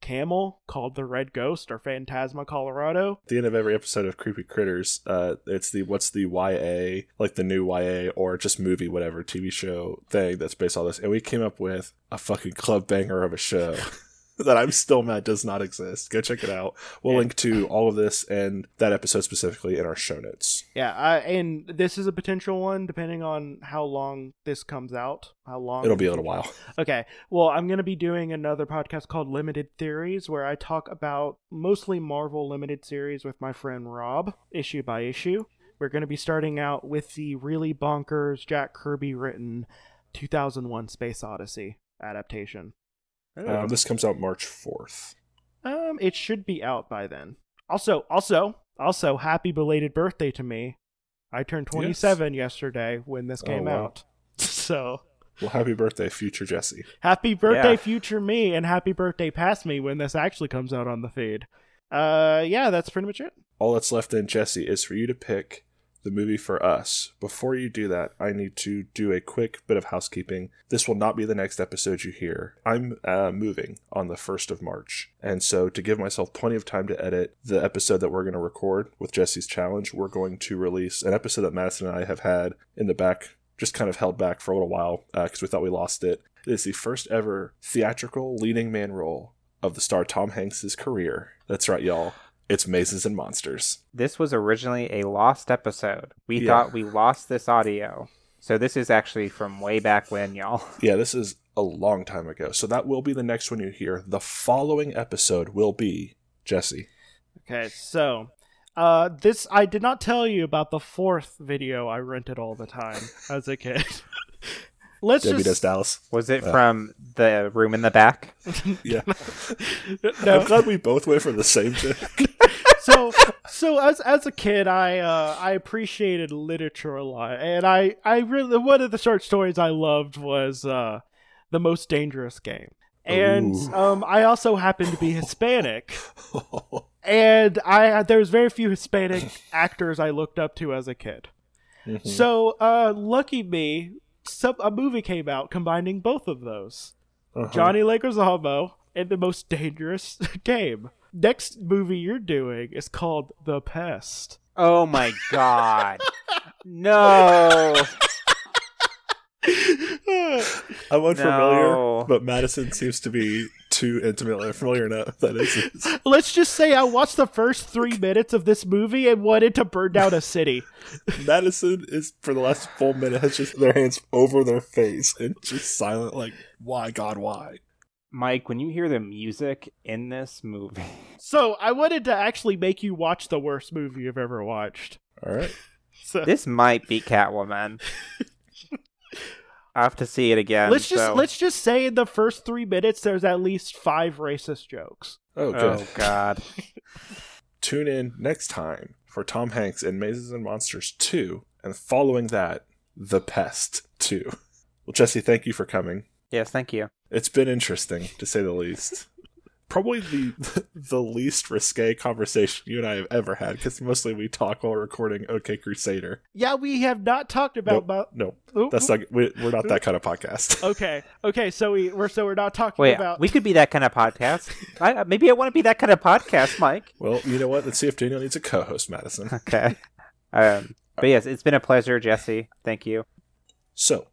F: camel called the Red Ghost or Phantasma Colorado.
D: At the end of every episode of Creepy Critters, uh, it's the what's the YA, like the new YA or just movie, whatever TV show thing that's based on this. And we came up with a fucking club banger of a show that I'm still mad does not exist. Go check it out. We'll link to all of this and that episode specifically in our show notes.
F: Yeah, I, and this is a potential one, depending on how long this comes out. How long
D: It'll be a little while.
F: Okay. Well, I'm going to be doing another podcast called Limited Theories where I talk about mostly Marvel limited series with my friend Rob, issue by issue. We're going to be starting out with the really bonkers Jack Kirby written 2001 Space Odyssey adaptation.
D: Um, this comes out March 4th.
F: Um, it should be out by then. Also, also, also, happy belated birthday to me. I turned 27 yesterday when this
D: Oh,
F: came
D: wow.
F: out. So,
D: Well, happy birthday, future Jesse.
F: Happy birthday,
E: Yeah.
F: future me, and happy birthday, past me, when this actually comes out on the feed. Uh, yeah, that's pretty much it.
D: All that's left then, Jesse, is for you to pick the movie for us. Before you do that, I need to do a quick bit of housekeeping. This will not be the next episode you hear. I'm uh, moving on the 1st of March. And so, to give myself plenty of time to edit the episode that we're going to record with Jesse's challenge, we're going to release an episode that Madison and I have had in the back, just kind of held back for a little while because we thought we lost it. It is the first ever theatrical leading man role of the star Tom Hanks's career. That's right, y'all. It's Mazes and Monsters.
E: This was originally a lost episode. We
D: Yeah.
E: thought we lost this audio. So this is actually from way back when, y'all.
D: Yeah, this is a long time ago. So that will be the next one you hear. The following episode will be Jesse.
F: Okay, so, uh, this I did not tell you about the fourth video I rented all the time as a kid. Let's
D: Debbie does
F: just
D: Dallas.
E: Was it from the room in the back?
D: Yeah. I'm
F: no.
D: glad we both went for the same thing.
F: so so as as a kid i uh i appreciated literature a lot and i i really one of the short stories i loved was uh the most dangerous game and
D: Ooh.
F: um i also happened to be hispanic
D: Uh-huh.
F: and i there was very few hispanic actors i looked up to as a kid so uh lucky me some a movie came out combining both of those
D: Uh-huh.
F: Johnny Leguizamo in the most dangerous game. Next movie you're doing is called The Pest.
E: Oh my god. no.
F: and
D: I'm unfamiliar,
E: No.
D: but Madison seems to be too intimately familiar enough that it's
F: Let's just say I watched the first three minutes of this movie and wanted to burn down a city.
D: Madison is for the last full minute has just their hands over their face and just silent, like why God why?
E: Mike, when you hear the music in this movie,
F: So I wanted to actually make you watch the worst movie you've ever watched.
D: All right,
F: So
E: this might be Catwoman. I have to see it again.
F: let's just
E: so-
F: let's just say in the first three minutes there's at least five racist jokes.
D: oh good.
E: Oh God.
D: Tune in next time for Tom Hanks in Mazes and Monsters Two, and following that, The Pest Two. Well, Jesse, thank you for coming.
E: Yes, thank you.
D: It's been interesting to say the least. Probably the the least risque conversation you and I have ever had because mostly we talk while recording OK Crusader.
F: Yeah, we have not talked about mo-
D: No,
F: Oop,
D: that's
F: oop.
D: not. We, we're not that kind of podcast.
F: okay. Okay, so we we're so we're not talking
E: Wait,
F: about
E: we could be that kind of podcast. I, maybe I want to be that kind of podcast, Mike.
D: Well, you know what? Let's see if Daniel needs a co-host, Madison.
E: Okay. Um, but yes, it's been a pleasure, Jesse. Thank you.
D: so,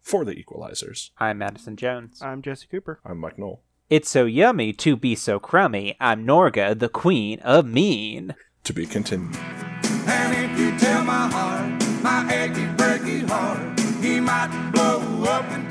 D: for the Equalizers,
E: I'm Madison Jones.
F: I'm Jesse Cooper.
D: I'm Mike Knoll.
E: It's so yummy to be so crummy. I'm Norga, the queen of mean.
D: To be continued.
A: And if you tell my heart, my achy breaky heart, he might blow up and